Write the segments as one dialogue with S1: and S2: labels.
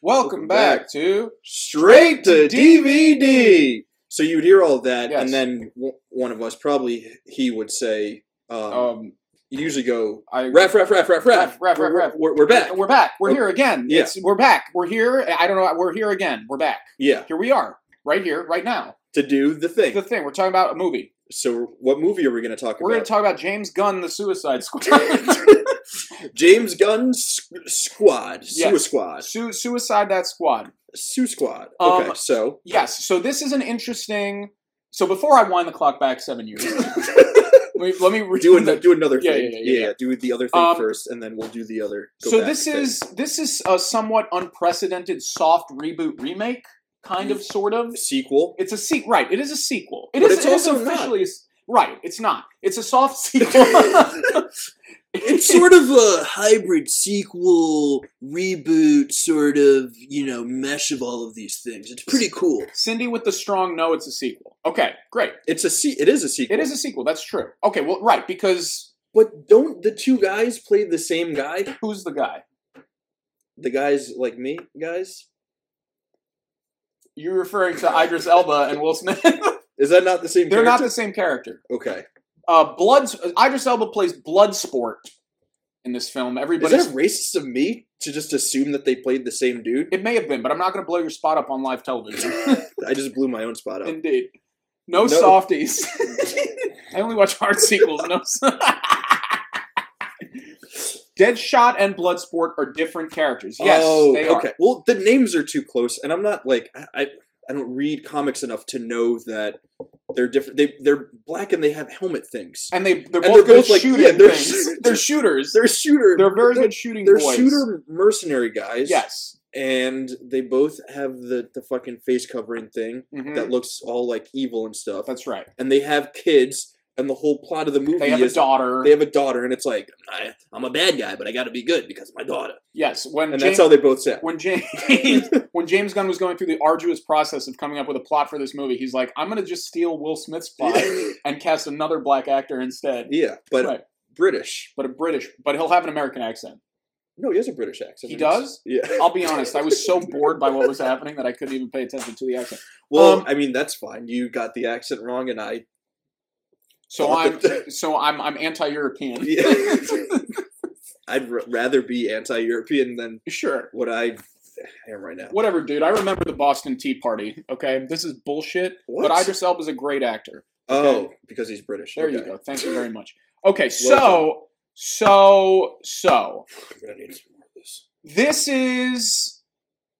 S1: Welcome back to
S2: straight to DVD. So you would hear all of that,
S1: Yes.
S2: and then w- one of us, probably he, would say, um,
S1: um
S2: you usually go
S1: I
S2: ref, ref, ref, ref, ref,
S1: Ref, ref,
S2: We're,
S1: ref, ref.
S2: we're, we're back.
S1: We're back. We're here again.
S2: Yeah.
S1: It's, we're back. We're here. I don't know. We're here again. We're back.
S2: Yeah,
S1: Here we are. Right here, right now.
S2: to do the thing.
S1: The thing we're talking about a movie.
S2: so what movie are we going to talk
S1: We're going
S2: about?
S1: to talk about James Gunn, The Suicide Squad.
S2: James Gunn's squ- Squad, Sue
S1: Yes.
S2: Squad,
S1: Su- suicide that squad.
S2: Sue Squad.
S1: Um,
S2: Okay, so
S1: Yes. So this is an interesting. So before I wind the clock back seven years, let me, let me re-
S2: do an- do another
S1: Yeah,
S2: thing.
S1: yeah, yeah, yeah, yeah.
S2: do the other thing
S1: Um,
S2: first, and then we'll do the other. go
S1: So
S2: back
S1: this
S2: thing.
S1: is this is a somewhat unprecedented soft reboot remake, kind
S2: Mm.
S1: of, sort of.
S2: sequel.
S1: It's a sequel, right? It is a sequel. It
S2: But
S1: is.
S2: it's
S1: it is
S2: also not.
S1: officially a s- right. It's not. It's a soft sequel.
S2: It's sort of a hybrid sequel reboot, sort of you know mesh of all of these things. It's pretty cool.
S1: Cindy with the strong no. It's a sequel. Okay, great.
S2: It's a se- it is a sequel.
S1: It is a sequel. That's true. Okay, well, right because
S2: But don't the two guys play the same guy?
S1: who's the guy?
S2: The guys like me, guys.
S1: You're referring to Idris Elba and Will Smith. They're
S2: Is that not the same?
S1: not
S2: character?
S1: the same character.
S2: Okay.
S1: Uh, Bloods. Idris Elba plays Bloodsport in this film.
S2: Is
S1: Everybody's
S2: that racist of me to just assume that they played the same dude?
S1: It may have been, but I'm not going to blow your spot up on live television.
S2: I just blew my own spot up.
S1: Indeed. No,
S2: No.
S1: softies. I only watch hard sequels. No. so- Deadshot and Bloodsport are different characters. Yes,
S2: Oh,
S1: they are.
S2: okay. Well, the names are too close, and I'm not like I- I. I don't read comics enough to know that they're different. They they're black and they have helmet things.
S1: And they they're
S2: And
S1: both,
S2: they're
S1: good
S2: both like-
S1: shooting
S2: yeah, they're
S1: things.
S2: shooters.
S1: They're shooters. They're,
S2: They're shooter.
S1: very
S2: they're,
S1: good shooting
S2: They're
S1: boys.
S2: shooter mercenary guys.
S1: Yes.
S2: And they both have the the fucking face covering thing
S1: Mhm.
S2: that looks all like evil and stuff.
S1: That's right.
S2: and they have kids, and the whole plot of the movie
S1: They have a
S2: is
S1: daughter.
S2: they have a daughter, and it's like I, I'm a bad guy, but I got to be good because of my daughter,
S1: yes. When
S2: and
S1: James,
S2: that's how they both sound.
S1: when James when James Gunn was going through the arduous process of coming up with a plot for this movie, he's like, I'm gonna just steal Will Smith's plot and cast another black actor instead.
S2: yeah, but
S1: Right.
S2: British.
S1: But a British but he'll have an American accent.
S2: No, he has a British accent.
S1: He
S2: and it's-
S1: does? Um,
S2: Yeah.
S1: I'll be honest, I was so bored by what was happening that I couldn't even pay attention to the accent.
S2: Well,
S1: Um,
S2: I mean, that's fine. You got the accent wrong, and I.
S1: So I'm so I'm I'm anti European.
S2: Oh, Yeah. I'd r- rather be anti-European than
S1: sure.
S2: what I am right now.
S1: Whatever, dude. I remember the Boston Tea Party. Okay, this is bullshit.
S2: What?
S1: But Idris Elba's a great actor.
S2: Oh, because he's British.
S1: There you
S2: Okay.
S1: go. Thank you very much. Okay, so
S2: Well
S1: so so
S2: I'm gonna need some more of this.
S1: this is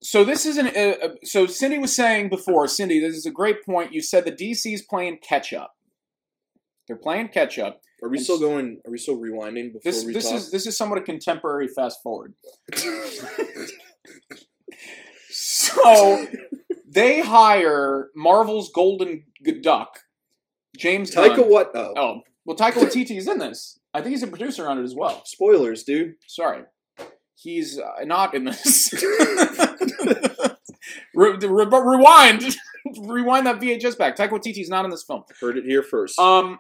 S1: so this is an uh, uh, so Cindy was saying before Cindy this is a great point. You said the DC's playing catch up. They're playing catch up.
S2: Are we
S1: And
S2: still
S1: s-
S2: going? Are we still rewinding before
S1: This
S2: we
S1: this
S2: talk?
S1: is this is somewhat a contemporary fast forward. So they hire Marvel's Golden Duck, James
S2: Taika
S1: Gunn.
S2: what? Oh,
S1: Oh, well, Taika Waititi is in this. I think he's a producer on it as well.
S2: spoilers, dude.
S1: Sorry. He's uh, not in this. re- re- rewind. rewind that VHS back. Taika Waititi's not in this film.
S2: Heard it here first.
S1: Um,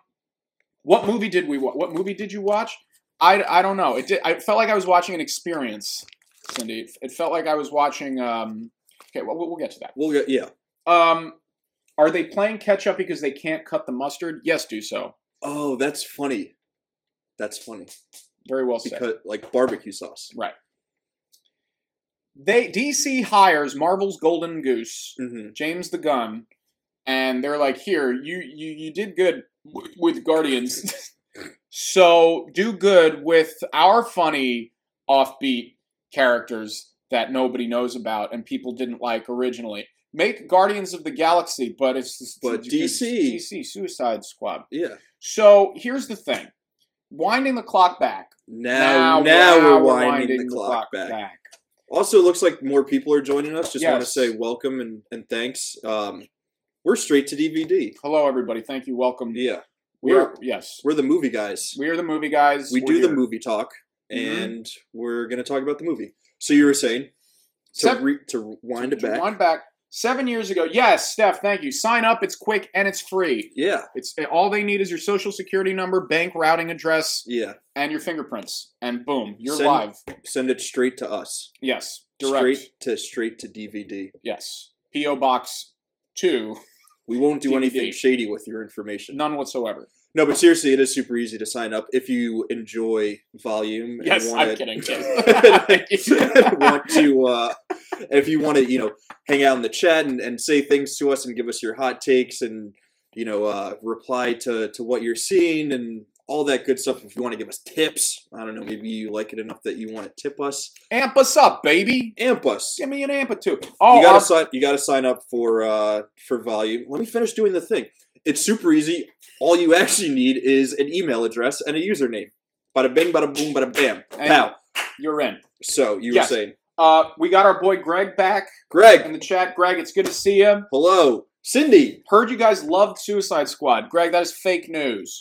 S1: what movie did we watch? What movie did you watch? I, I don't know. It did, I felt like I was watching an experience, Cindy. It felt like I was watching. Um, okay, well, we'll we'll get to that.
S2: we'll get yeah.
S1: Um, are they playing catch up because they can't cut the mustard? Yes, do so.
S2: Oh, that's funny. That's funny
S1: Very well said.
S2: because like barbecue sauce.
S1: they DC hires Marvel's Golden Goose
S2: hmm
S1: James the Gun, and they're like, "Here, you you you did good w- with Guardians, so do good with our funny offbeat characters that nobody knows about and people didn't like originally. Make Guardians of the Galaxy, but it's it's-
S2: But
S1: it's
S2: DC.
S1: DC Suicide Squad.
S2: Yeah.
S1: So here's the thing: winding the clock back.
S2: Now, now, we're, winding, the clock, back. Also, it looks like more people are joining us. Just want to
S1: Yes.
S2: say welcome and, and thanks. Um, we're straight to DVD.
S1: Hello, everybody. Thank you. Welcome.
S2: Yeah,
S1: We
S2: We're-
S1: are yes.
S2: we're the movie guys.
S1: We are the movie guys.
S2: We
S1: We're
S2: do the
S1: here.
S2: movie talk,
S1: Mhm.
S2: and we're gonna talk about the movie. So you were saying to
S1: Sep-
S2: re- to wind it
S1: To
S2: back.
S1: wind back seven years ago. Yes, Steph, thank you. Sign up. It's quick and it's free.
S2: Yeah,
S1: It's all they need is your social security number, bank routing address,
S2: yeah.
S1: and your fingerprints, and boom, you're
S2: Send-
S1: live.
S2: Send it straight to us.
S1: Yes, Direct.
S2: Straight to straight to DVD.
S1: Yes. P.O. Box 2.
S2: We won't do
S1: DVD.
S2: anything shady with your information.
S1: None whatsoever.
S2: No, but seriously, it is super easy to sign up if you enjoy volume. and
S1: Yes,
S2: wanna-
S1: I'm kidding.
S2: want to uh, if you want to, you know, hang out in the chat and, and say things to us and give us your hot takes and you know uh, reply to to what you're seeing and all that good stuff. If you want to give us tips, I don't know, maybe you like it enough that you want to tip us,
S1: amp us up, baby.
S2: amp us.
S1: Give me an amp or two. Oh,
S2: you gotta
S1: I'll-
S2: sign. You gotta sign up for uh, for volume. Let me finish doing the thing. It's super easy. All you actually need is an email address and a username. Bada bing, bada boom, bada bam,
S1: And-
S2: pow.
S1: you're in.
S2: So you
S1: Yes.
S2: were saying,
S1: Uh, we got our boy Greg back
S2: Greg,
S1: in the chat. Greg, it's good to see you.
S2: Hello, Cindy.
S1: Heard you guys loved Suicide Squad. Greg, that is fake news.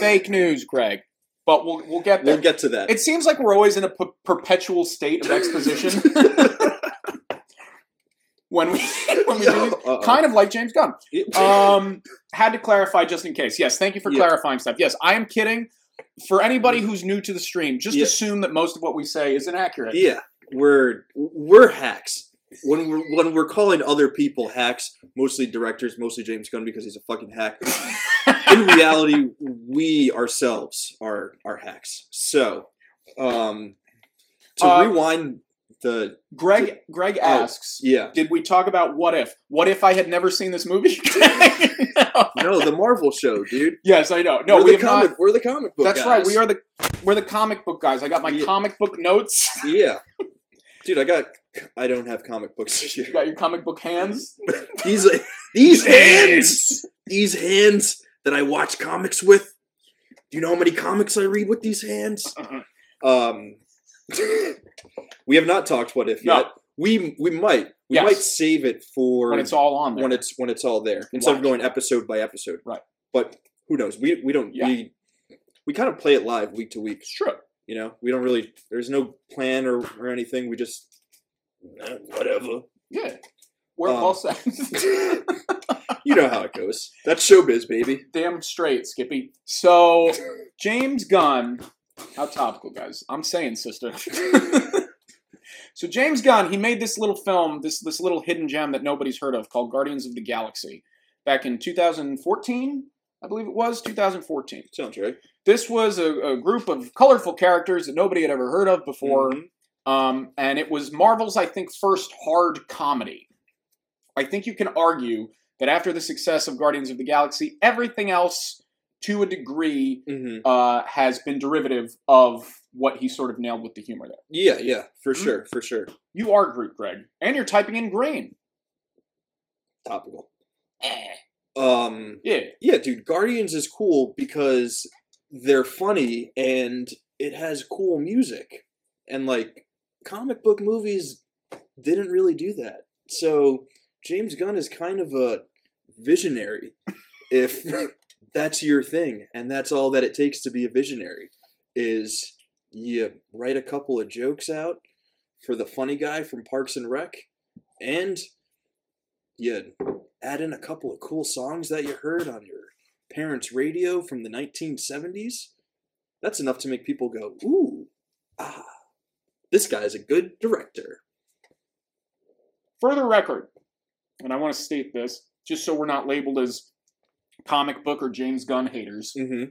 S1: fake news, Greg. But we'll we'll get there.
S2: We'll get to that.
S1: it seems like we're always in a per- perpetual state of exposition when we when we do these. kind of like James Gunn. Um, had to clarify just in case. Yes, thank you for
S2: Yeah.
S1: clarifying stuff. Yes, I am kidding. For anybody who's new to the stream, just
S2: Yeah.
S1: assume that most of what we say is inaccurate.
S2: yeah, we're we're hacks. When we're when we're calling other people hacks, mostly directors, mostly James Gunn because he's a fucking hack. In reality, we ourselves are are hacks. So, um, to
S1: Uh,
S2: rewind the
S1: Greg Greg
S2: Oh.
S1: asks,
S2: yeah
S1: did we talk about what if? What if I had never seen this movie?
S2: no the Marvel show, dude.
S1: yes, I know. No,
S2: we're
S1: we
S2: the
S1: have
S2: comic.
S1: not.
S2: We're the comic book.
S1: That's right.
S2: guys.
S1: We are the we're the comic book guys. I got my
S2: Yeah.
S1: comic book notes.
S2: Yeah, dude. I got. I don't have comic books this year.
S1: You got your comic book hands.
S2: These these hands, these hands that I watch comics with. Do you know how many comics I read with these hands?
S1: Uh-uh.
S2: Um, we have not talked what if
S1: No.
S2: yet. We we might we
S1: Yes.
S2: might save it for
S1: When it's all on there.
S2: when it's when it's all there instead
S1: Watch.
S2: of going episode by episode.
S1: Right.
S2: But who knows? We we don't
S1: Yeah.
S2: we we kind of play it live week to week.
S1: it's true.
S2: You know, we don't really. There's no plan or or anything. We just "Eh, whatever.
S1: Yeah. We're
S2: Um,
S1: all set.
S2: you know how it goes. That's showbiz, baby.
S1: Damn straight, Skippy. So James Gunn, how topical, guys. I'm saying, sister. so James Gunn, he made this little film, this this little hidden gem that nobody's heard of, called Guardians of the Galaxy, back in 2014, I believe it was 2014.
S2: Sounds right.
S1: This was a, a group of colorful characters that nobody had ever heard of before,
S2: Mhm.
S1: um, and it was Marvel's, I think, first hard comedy. I think you can argue that after the success of Guardians of the Galaxy, everything else, to a degree,
S2: Mhm.
S1: uh, has been derivative of what he sort of nailed with the humor there.
S2: Yeah, yeah, for
S1: Mhm.
S2: sure, for sure.
S1: You are Groot, Greg, and you're typing in green.
S2: Topical.
S1: Eh.
S2: Um,
S1: Yeah,
S2: yeah, dude, Guardians is cool because they're funny and it has cool music, and like comic book movies didn't really do that. So James Gunn is kind of a visionary, if that's your thing, and that's all that it takes to be a visionary, is you write a couple of jokes out for the funny guy from Parks and Rec, and you add in a couple of cool songs that you heard on your parents' radio from the 1970s. That's enough to make people go, ooh, ah, this guy's a good director.
S1: for the record, and I want to state this just so we're not labeled as comic book or James Gunn haters.
S2: Mm-hmm.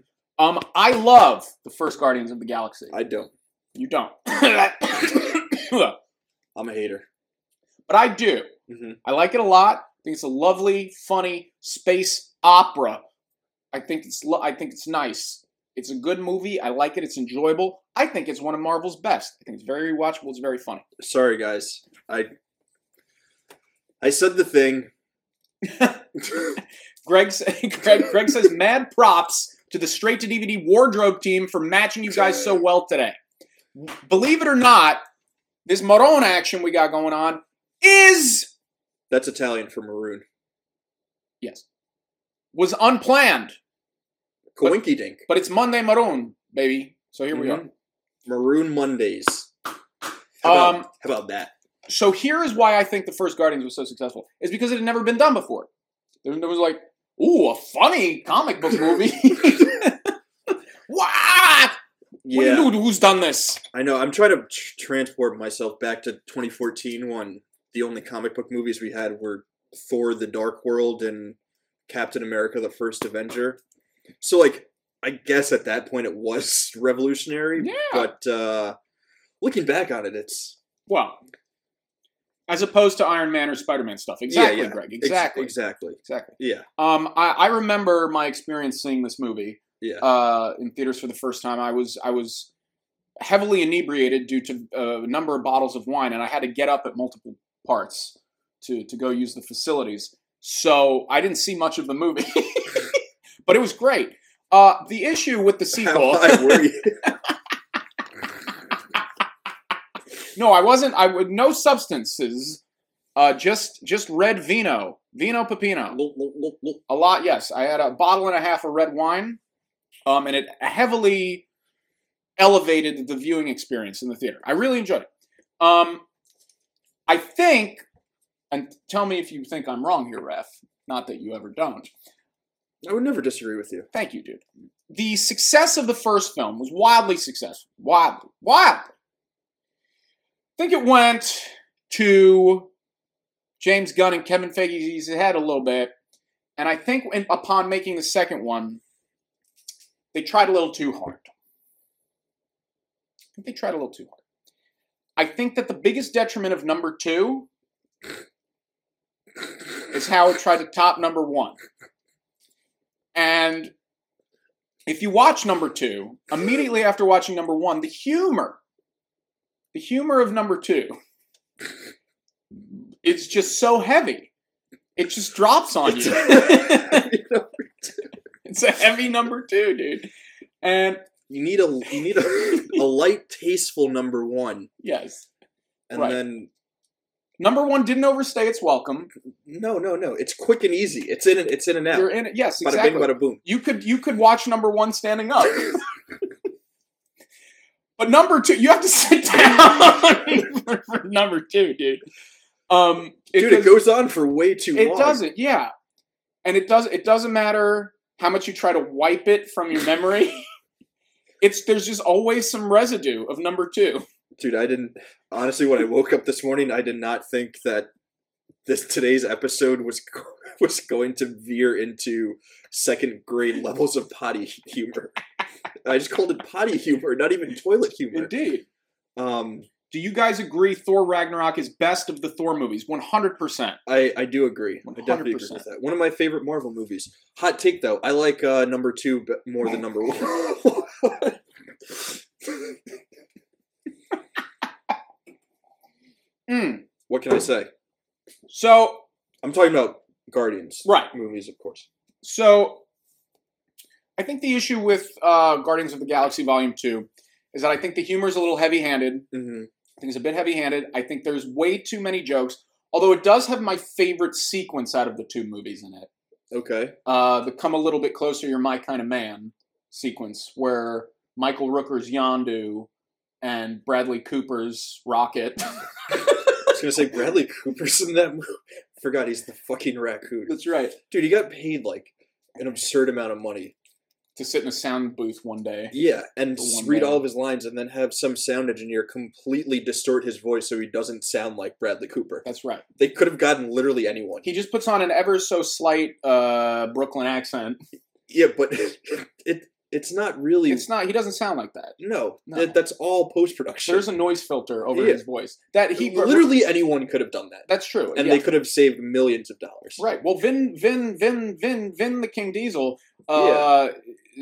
S1: Um, I love the first Guardians of the Galaxy.
S2: I don't.
S1: you don't, but
S2: I'm a hater.
S1: I do.
S2: Mm-hmm.
S1: I like it a lot. I think it's a lovely, funny space opera. I think it's lo- I think it's nice. It's a good movie. I like it. It's enjoyable. I think it's one of Marvel's best. I think it's very watchable. It's very funny.
S2: Sorry, guys. I I said the thing.
S1: Greg, sa- Greg, Greg says, mad props to the straight to DVD wardrobe team for matching you guys so well today. Believe it or not, this Marone action we got going on is,
S2: That's Italian for maroon.
S1: yes, was unplanned,
S2: Coinky dink.
S1: but it's Monday Marone, baby. So here we are.
S2: Mhm. Maroon Mondays. How about,
S1: Um,
S2: how about that?
S1: So here is why I think the first Guardians was so successful is because it had never been done before. There, there was like, ooh, a funny comic book movie. wow! What do you know who's done this?
S2: I know. I'm trying to tr- transport myself back to 2014 when the only comic book movies we had were Thor: The Dark World and Captain America: The First Avenger. So, like, I guess at that point it was revolutionary.
S1: Yeah.
S2: But uh, looking back on it, it's
S1: Well, as opposed to Iron Man or Spider Man stuff. Exactly,
S2: yeah.
S1: Greg.
S2: ex-
S1: Exactly.
S2: exactly.
S1: exactly.
S2: Yeah.
S1: Um, I, I remember my experience seeing this movie
S2: Yeah.
S1: uh, in theaters for the first time. I was I was heavily inebriated due to uh, a number of bottles of wine, and I had to get up at multiple parts to to go use the facilities. So I didn't see much of the movie, but it was great. Uh, the issue with the
S2: How
S1: sequel.
S2: high were you?
S1: No, I wasn't. I would no substances. Uh, just just red vino, vino pepino. A lot, yes. I had a bottle and a half of red wine, um, and it heavily elevated the viewing experience in the theater. I really enjoyed it. Um, I think, and tell me if you think I'm wrong here, Ref. Not that you ever don't.
S2: I would never disagree with you.
S1: Thank you, dude. The success of the first film was wildly successful. Wildly. Wildly. I think it went to James Gunn and Kevin Feige's head a little bit. And I think when, upon making the second one, they tried a little too hard. I think they tried a little too hard. I think that the biggest detriment of number two is how it tried to top number one. And if you watch number two, immediately after watching number one, the humor, the humor of number two, it's just so heavy. It just drops on you. it's a heavy number two, dude. And
S2: You need a you need a, a light, tasteful number one,
S1: yes,
S2: and
S1: Right.
S2: then
S1: number one didn't overstay its welcome.
S2: No, no, no. It's quick and easy. It's in and it's in and out.
S1: You're in it. Yes,
S2: bada
S1: exactly.
S2: bing, bada boom.
S1: You could you could watch number one standing up. but number two, you have to sit down for, for number two, dude. Um,
S2: Dude, it
S1: does-
S2: goes on for way too
S1: it
S2: long.
S1: doesn't. Yeah, and it does. It doesn't matter how much you try to wipe it from your memory. it's there's just always some residue of number two.
S2: Dude, I didn't honestly when I woke up this morning, I did not think that this today's episode was go- was going to veer into second grade levels of potty humor. I just called it potty humor, not even toilet humor.
S1: Indeed.
S2: Um
S1: Do you guys agree Thor Ragnarok is best of the Thor movies? One hundred percent.
S2: I, I do agree. I definitely agree
S1: 100%.
S2: with that. One of my favorite Marvel movies. Hot take though. I like uh, number two b- more than number one. Hmm.
S1: Mm.
S2: what can I say?
S1: So
S2: I'm talking about Guardians
S1: right.
S2: movies, of course.
S1: So, I think the issue with uh, Guardians of the Galaxy Volume Two is that I think the humor is a little heavy-handed. I
S2: Mm-hmm.
S1: think it's a bit heavy-handed. I think there's way too many jokes. Although it does have my favorite sequence out of the two movies in it,
S2: Okay.
S1: uh, the "Come a Little Bit Closer, You're My Kind of Man" sequence, where Michael Rooker's Yondu and Bradley Cooper's Rocket.
S2: I was gonna say Bradley Cooper's in that movie. Forgot he's the fucking raccoon.
S1: That's right.
S2: Dude, he got paid like an absurd amount of money.
S1: To sit in a sound booth one day.
S2: Yeah, and
S1: The one
S2: read
S1: man.
S2: all of his lines, and then have some sound engineer completely distort his voice so he doesn't sound like Bradley Cooper.
S1: That's right.
S2: They could have gotten literally anyone.
S1: He just puts on an ever so slight uh, Brooklyn accent.
S2: Yeah, but it it's not really.
S1: It's not. He doesn't sound like that.
S2: no,
S1: No.
S2: That, that's all post production.
S1: There's a noise filter over
S2: Yeah.
S1: his voice that he
S2: literally anyone could have done that,
S1: That's true.
S2: and
S1: yeah.
S2: they could have saved millions of dollars.
S1: right. Well, Vin, Vin, Vin, Vin, Vin, the King Diesel, uh,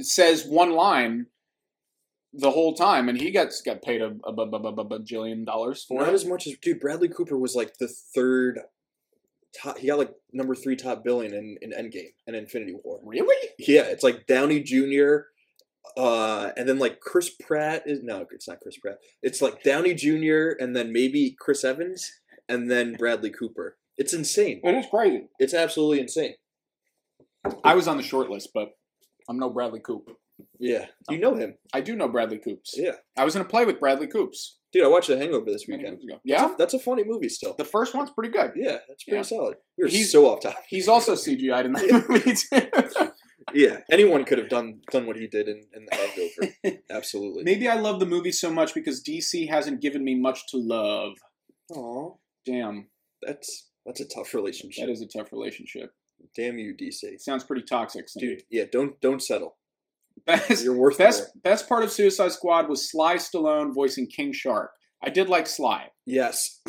S1: says one line the whole time, and he gets got paid a, a, bu- bu- bu- bu- bajillion dollars for
S2: Not
S1: it.
S2: as much as dude. Bradley Cooper was like the third top. He got like number three top billing in, in Endgame and Infinity War.
S1: Really?
S2: Yeah, it's like Downey Jr. Uh, and then like Chris Pratt is no, it's not Chris Pratt. It's like Downey Jr. and then maybe Chris Evans and then Bradley Cooper. It's insane.
S1: It is crazy.
S2: It's absolutely insane.
S1: I was on the short list, but I'm no Bradley Coop.
S2: Yeah, you know him,
S1: I do know Bradley Coops.
S2: Yeah.
S1: I was in a play with Bradley Coops
S2: dude. I watched The Hangover this
S1: many
S2: weekend.
S1: years ago.
S2: That's a-
S1: Yeah,
S2: that's a funny movie still.
S1: the first one's pretty good.
S2: Yeah, that's pretty
S1: Yeah.
S2: solid. We were
S1: He's-
S2: so off topic.
S1: He's also CGI'd in that movie too.
S2: yeah, anyone could have done done what he did in, in the Hangover. Absolutely.
S1: Maybe I love the movie so much because DC hasn't given me much to love.
S2: Aw,
S1: Damn,
S2: that's that's a tough
S1: that
S2: relationship.
S1: is a tough relationship.
S2: Damn you,
S1: It
S2: DC.
S1: sounds pretty toxic,
S2: Dude, yeah, don't don't settle.
S1: Best,
S2: You're worth
S1: best,
S2: more.
S1: best part of Suicide Squad was Sly Stallone voicing King Shark. I did like Sly.
S2: Yes,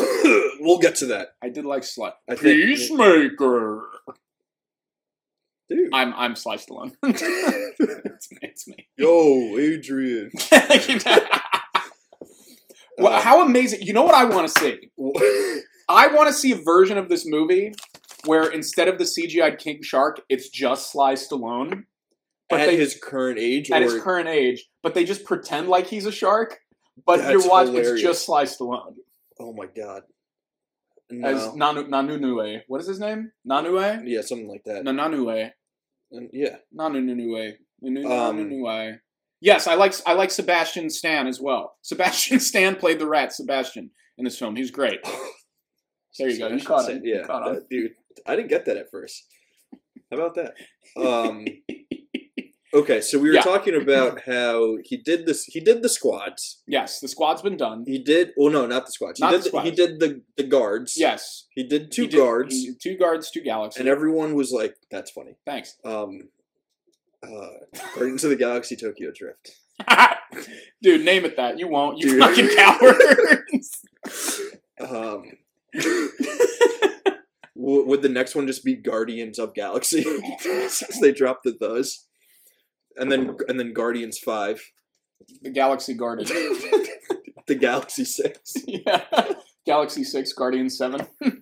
S2: we'll get to that.
S1: I did like Sly.
S2: I think-
S1: Peacemaker.
S2: Dude.
S1: I'm I'm Sly Stallone. it's, me- it's me.
S2: Yo, Adrian. Uh.
S1: well, how amazing! You know what I want to see?
S2: how?
S1: I want to see a version of this movie where instead of the CGI King Shark, it's just Sly Stallone But
S2: at
S1: they-
S2: his current age,
S1: at
S2: or
S1: his current age, but they just pretend like he's a shark. But
S2: That's
S1: you're watching,
S2: hilarious.
S1: it's just Sly Stallone
S2: oh my god,
S1: as
S2: no.
S1: Nanu, Nanunue. What is his name? Nanue?
S2: yeah, something like that.
S1: Nananue.
S2: And yeah,
S1: Nanunue. Nanu-
S2: Um,
S1: Nanunue. Yes, I like I like Sebastian Stan as well. Sebastian Stan played the rat Sebastian in this film. He's great. There you go. You
S2: Sebastian
S1: caught
S2: Stan-
S1: it.
S2: Yeah,
S1: You caught on.
S2: that- dude, I didn't get that at first. How about that? Um, okay, so we were
S1: Yeah.
S2: talking about how he did this. He did the squads.
S1: Yes, the squad's been done.
S2: He did. Well, no, not the squads. He
S1: Not
S2: did.
S1: the
S2: the- He
S1: squads.
S2: did the the guards.
S1: Yes,
S2: He did two
S1: He did-
S2: guards,
S1: he- two guards, two galaxies.
S2: and everyone was like, "That's funny."
S1: Thanks.
S2: Um, uh, Guardians of the Galaxy Tokyo Drift.
S1: Dude, name it that. You won't. You
S2: Dude.
S1: fucking cowards.
S2: Um, w- would the next one just be Guardians of Galaxy since they dropped the those, and then and then Guardians Five,
S1: the Galaxy Guardian.
S2: the Galaxy Six,
S1: yeah. Galaxy 6, Guardian 7. the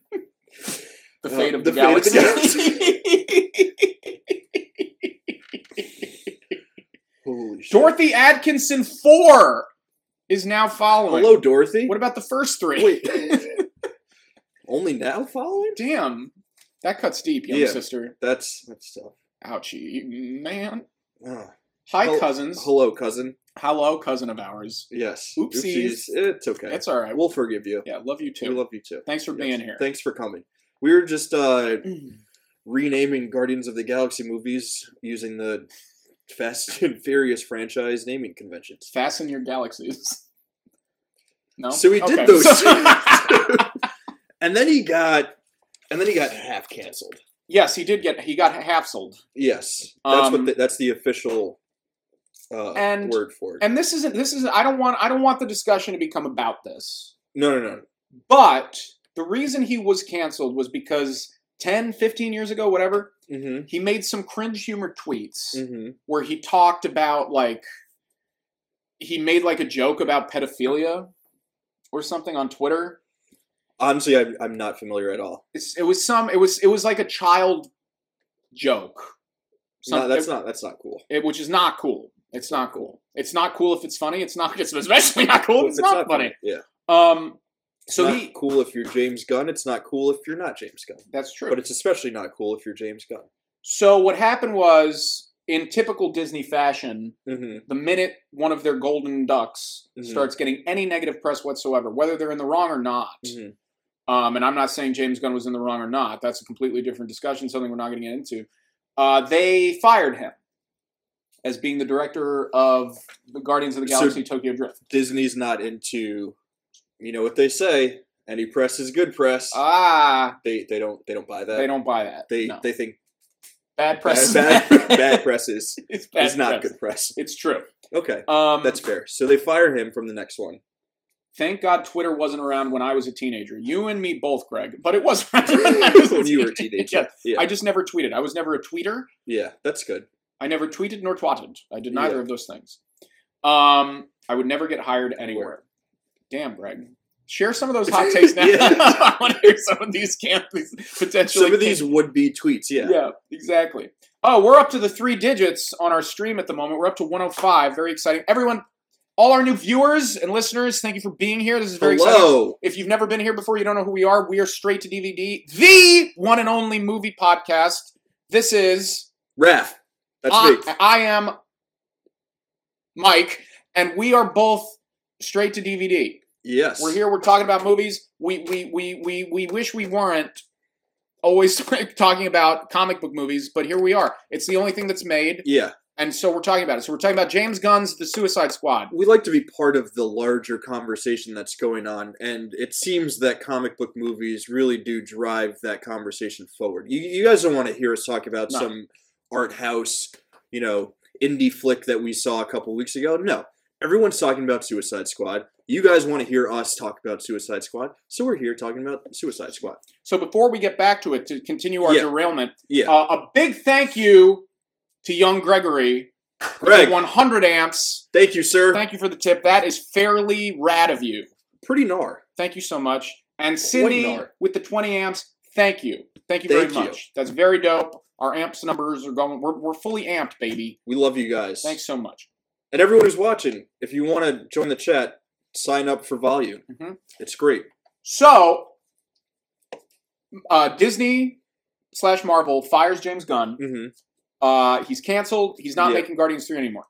S2: Uh,
S1: fate of
S2: the
S1: the,
S2: fate of the
S1: galaxy.
S2: Holy shit!
S1: Dorothy Atkinson 4 is now following.
S2: Hello, Dorothy.
S1: What about the first three?
S2: Wait, only now following?
S1: Damn. That cuts deep, young
S2: Yeah.
S1: sister.
S2: That's that's tough.
S1: Ouchie, man.
S2: Ah.
S1: Hi,
S2: Hel-
S1: cousins.
S2: Hello, cousin.
S1: Hello, cousin of ours.
S2: Yes.
S1: Oopsies.
S2: It's okay.
S1: That's all
S2: I
S1: right.
S2: will forgive you.
S1: Yeah, love you
S2: We
S1: too.
S2: love you too.
S1: Thanks for
S2: Yes.
S1: being here.
S2: Thanks for coming. We were just uh, renaming Guardians of the Galaxy movies using the Fast and Furious franchise naming conventions.
S1: Fasten your galaxies. No.
S2: So he did
S1: Okay.
S2: those, and then he got, and then he got half canceled.
S1: yes, he did get. He got halfsled.
S2: Yes, that's what
S1: Um,
S2: the, that's the official uh,
S1: and-
S2: word for it.
S1: And this isn't. This isn't. I don't want. I don't want the discussion to become about this.
S2: no, no, no.
S1: But the reason he was canceled was because 10, 15 years ago, whatever,
S2: Mm-hmm.
S1: he made some cringe humor tweets
S2: Mm-hmm.
S1: where he talked about like he made like a joke about pedophilia or something on Twitter.
S2: Honestly, I'm, I'm not familiar at all.
S1: It's, it was some. It was. It was like a child joke.
S2: no,
S1: Some-
S2: that's
S1: it-
S2: not that's not cool.
S1: it, which is not cool. It's not cool. It's not cool if it's funny. It's not. It's especially not cool if it's, not, funny.
S2: Yeah.
S1: Um.
S2: It's
S1: So
S2: not
S1: he.
S2: cool if you're James Gunn. It's not cool if you're not James Gunn.
S1: That's true.
S2: But it's especially not cool if you're James Gunn.
S1: so what happened was, in typical Disney fashion,
S2: Mm-hmm.
S1: the minute one of their golden ducks
S2: Mhm.
S1: starts getting any negative press whatsoever, whether they're in the wrong or not.
S2: Mm-hmm.
S1: Um, and I'm not saying James Gunn was in the wrong or not. That's a completely different discussion, something we're not going to get into. Uh, they fired him as being the director of the Guardians of the
S2: So-
S1: Galaxy Tokyo Drift.
S2: Disney's not into, you know what they say, any press is good press.
S1: Ah,
S2: they they don't they don't buy that.
S1: they don't buy that.
S2: They,
S1: no.
S2: they think
S1: bad press.
S2: bad,
S1: is
S2: bad, bad press is,
S1: it's bad
S2: is not
S1: press.
S2: good press.
S1: It's true.
S2: Okay,
S1: Um,
S2: that's fair. So they fire him from the next one.
S1: thank God Twitter wasn't around when I was a teenager. You and me both, Greg. But it was around when I was a
S2: when you were a
S1: teenager.
S2: teenager. Yeah, yeah,
S1: I just never tweeted. I was never a tweeter.
S2: that's good.
S1: I never tweeted nor twatted. I did neither
S2: Yeah.
S1: of those things. Um, I would never get hired anywhere. Damn, Greg. Share some of those hot takes now.
S2: Yeah.
S1: I want to hear some of these camp, these potential.
S2: Some of these would be tweets. Yeah.
S1: Yeah. exactly. Oh, we're up to the three digits on our stream at the moment. We're up to 105. Very exciting. Everyone, all our new viewers and listeners, thank you for being here. This is very exciting.
S2: Hello.
S1: If you've never been here before, you don't know who we are. We are straight to DVD, the one and only movie podcast. This is
S2: Raph. That's me.
S1: I, I am Mike, and we are both straight to DVD.
S2: Yes.
S1: We're here. We're talking about movies. We we we we we wish we weren't always talking about comic book movies, but here we are. It's the only thing that's made,
S2: Yeah,
S1: and so we're talking about it. So we're talking about James Gunn's The Suicide Squad.
S2: we like to be part of the larger conversation that's going on, and it seems that comic book movies really do drive that conversation forward. You, you guys don't want to hear us talk about
S1: No.
S2: some art house, you know, indie flick that we saw a couple weeks ago. No, everyone's talking about Suicide Squad. You guys want to hear us talk about Suicide Squad, so we're here talking about Suicide Squad.
S1: So before we get back to it, to continue our
S2: Yeah.
S1: derailment,
S2: Yeah,
S1: uh, a big thank you to Young Gregory, for the
S2: Greg,
S1: 100 amps.
S2: thank you, sir.
S1: Thank you for the tip. That is fairly rad of you.
S2: Pretty gnar.
S1: Thank you so much. And Cindy
S2: gnarly.
S1: with the 20 amps, thank you. Thank you
S2: Thank you.
S1: very much. That's very dope. Our amps numbers are going, we're, we're fully amped, baby.
S2: We love you guys.
S1: Thanks so much.
S2: And everyone who's watching, if you want to join the chat, sign up for Volume.
S1: Mhm.
S2: It's great.
S1: So, uh, Disney slash Marvel fires James Gunn.
S2: Mm-hmm.
S1: Uh, he's canceled. He's not
S2: Yeah.
S1: making Guardians 3 anymore.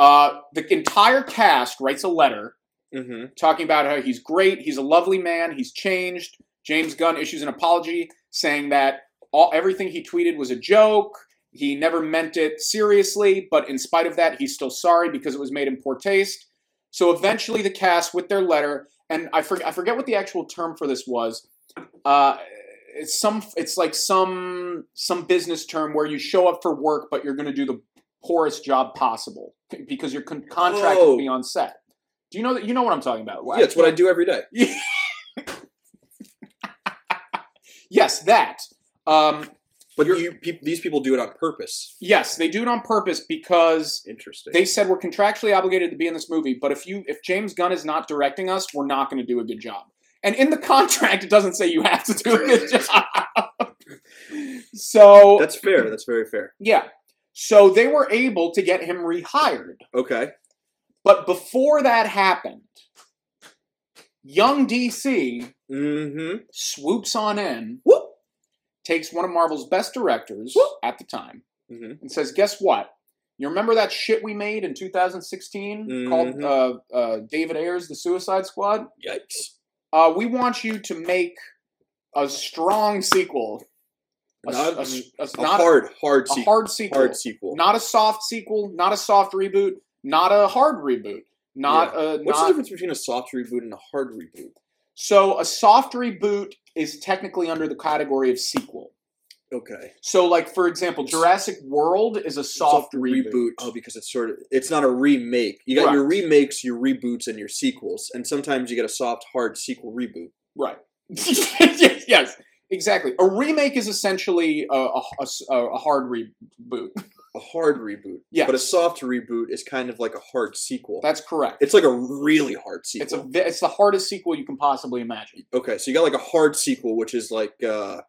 S1: Uh, the entire cast writes a letter
S2: Mm-hmm.
S1: talking about how he's great, he's a lovely man, he's changed. James Gunn issues an apology saying that all everything he tweeted was a joke. He never meant it seriously, but in spite of that, he's still sorry because it was made in poor taste. So eventually, the cast with their letter, and I forget I forget what the actual term for this was. Uh, it's some it's like some some business term where you show up for work, but you're going to do the poorest job possible because you're con- contracted
S2: Oh.
S1: to be on set. Do you know that you know what I'm talking about?
S2: Yeah, it's what I do every day.
S1: Yes, that. Um,
S2: But you, peop these people do it on purpose.
S1: yes, they do it on purpose because
S2: Interesting.
S1: they said we're contractually obligated to be in this movie, but if you if James Gunn is not directing us, we're not going to do a good job. And in the contract, it doesn't say you have to do a good job. so
S2: That's fair. That's very fair.
S1: yeah, so they were able to get him rehired.
S2: Okay.
S1: But before that happened, young DC
S2: Mm-hmm.
S1: swoops on in,
S2: Whoop.
S1: takes one of Marvel's best directors
S2: Whoop.
S1: at the time,
S2: Mm-hmm.
S1: and says, "Guess what? You remember that shit we made in 2016
S2: Mhm.
S1: called uh, uh, David Ayers, The Suicide Squad?
S2: Yikes.
S1: Uh, we want you to make a strong sequel, a,
S2: Not
S1: s- a s- a s-
S2: a
S1: not a-
S2: hard, hard
S1: a
S2: sequel.
S1: hard sequel,
S2: hard sequel.
S1: not a soft sequel, not a soft reboot, not a hard reboot, not a
S2: What's the
S1: not."
S2: difference between a soft reboot and a hard reboot?
S1: So a soft reboot is technically under the category of sequel.
S2: Okay.
S1: So, like for example, Jurassic World is a soft, reboot.
S2: Oh, because it's sort of it's not a remake. You got your remakes, your reboots, and your sequels, and sometimes you get a soft, hard sequel reboot.
S1: Right. yes, yes, exactly. A remake is essentially a, a, a s- a- a hard reboot.
S2: A hard reboot.
S1: Yes.
S2: But a soft reboot is kind of like a hard sequel.
S1: That's correct.
S2: it's like a really hard sequel.
S1: It's a ve- it's the hardest sequel you can possibly imagine.
S2: Okay, so you got like a hard sequel, which is like uh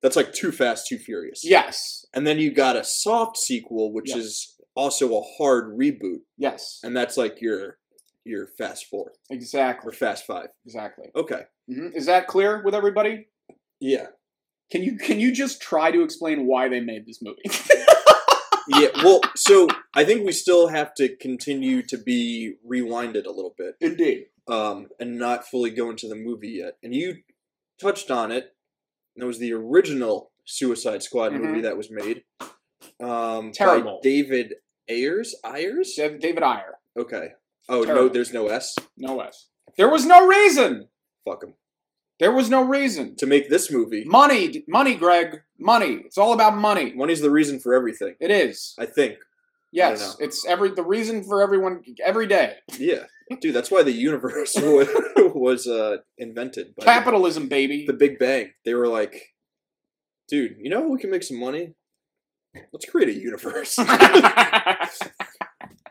S2: that's like Too Fast, Too Furious.
S1: Yes,
S2: And then you got a soft sequel, which
S1: Yeah.
S2: is also a hard reboot,
S1: yes,
S2: and that's like your your Fast Four or
S1: exactly,
S2: Fast Five.
S1: exactly.
S2: Okay.
S1: hmm Is that clear with everybody?
S2: Yeah.
S1: Can you can you just try to explain why they made this movie?
S2: Yeah. Well, so I think we still have to continue to be rewinded a little bit,
S1: Indeed.
S2: um, and not fully go into the movie yet. And you touched on it. And it was the original Suicide Squad movie that was made. Um, by
S1: Mm-hmm. Terrible.
S2: David Ayers. Ayers.
S1: Dav- David Ayer,
S2: Okay. Oh no,
S1: Terrible.
S2: there's no S.
S1: no S. There was no reason.
S2: Fuck him.
S1: There was no reason.
S2: To make this movie,
S1: Money, d- money, Greg, money. It's all about money.
S2: money's the reason for everything.
S1: It is.
S2: I think.
S1: Yes,
S2: know.
S1: it's every the reason for everyone every day.
S2: Yeah, dude, that's why the universe was, was uh, invented. By the-
S1: Capitalism, baby.
S2: The Big Bang. They were like, dude, you know how we can make some money? Let's create a universe
S1: that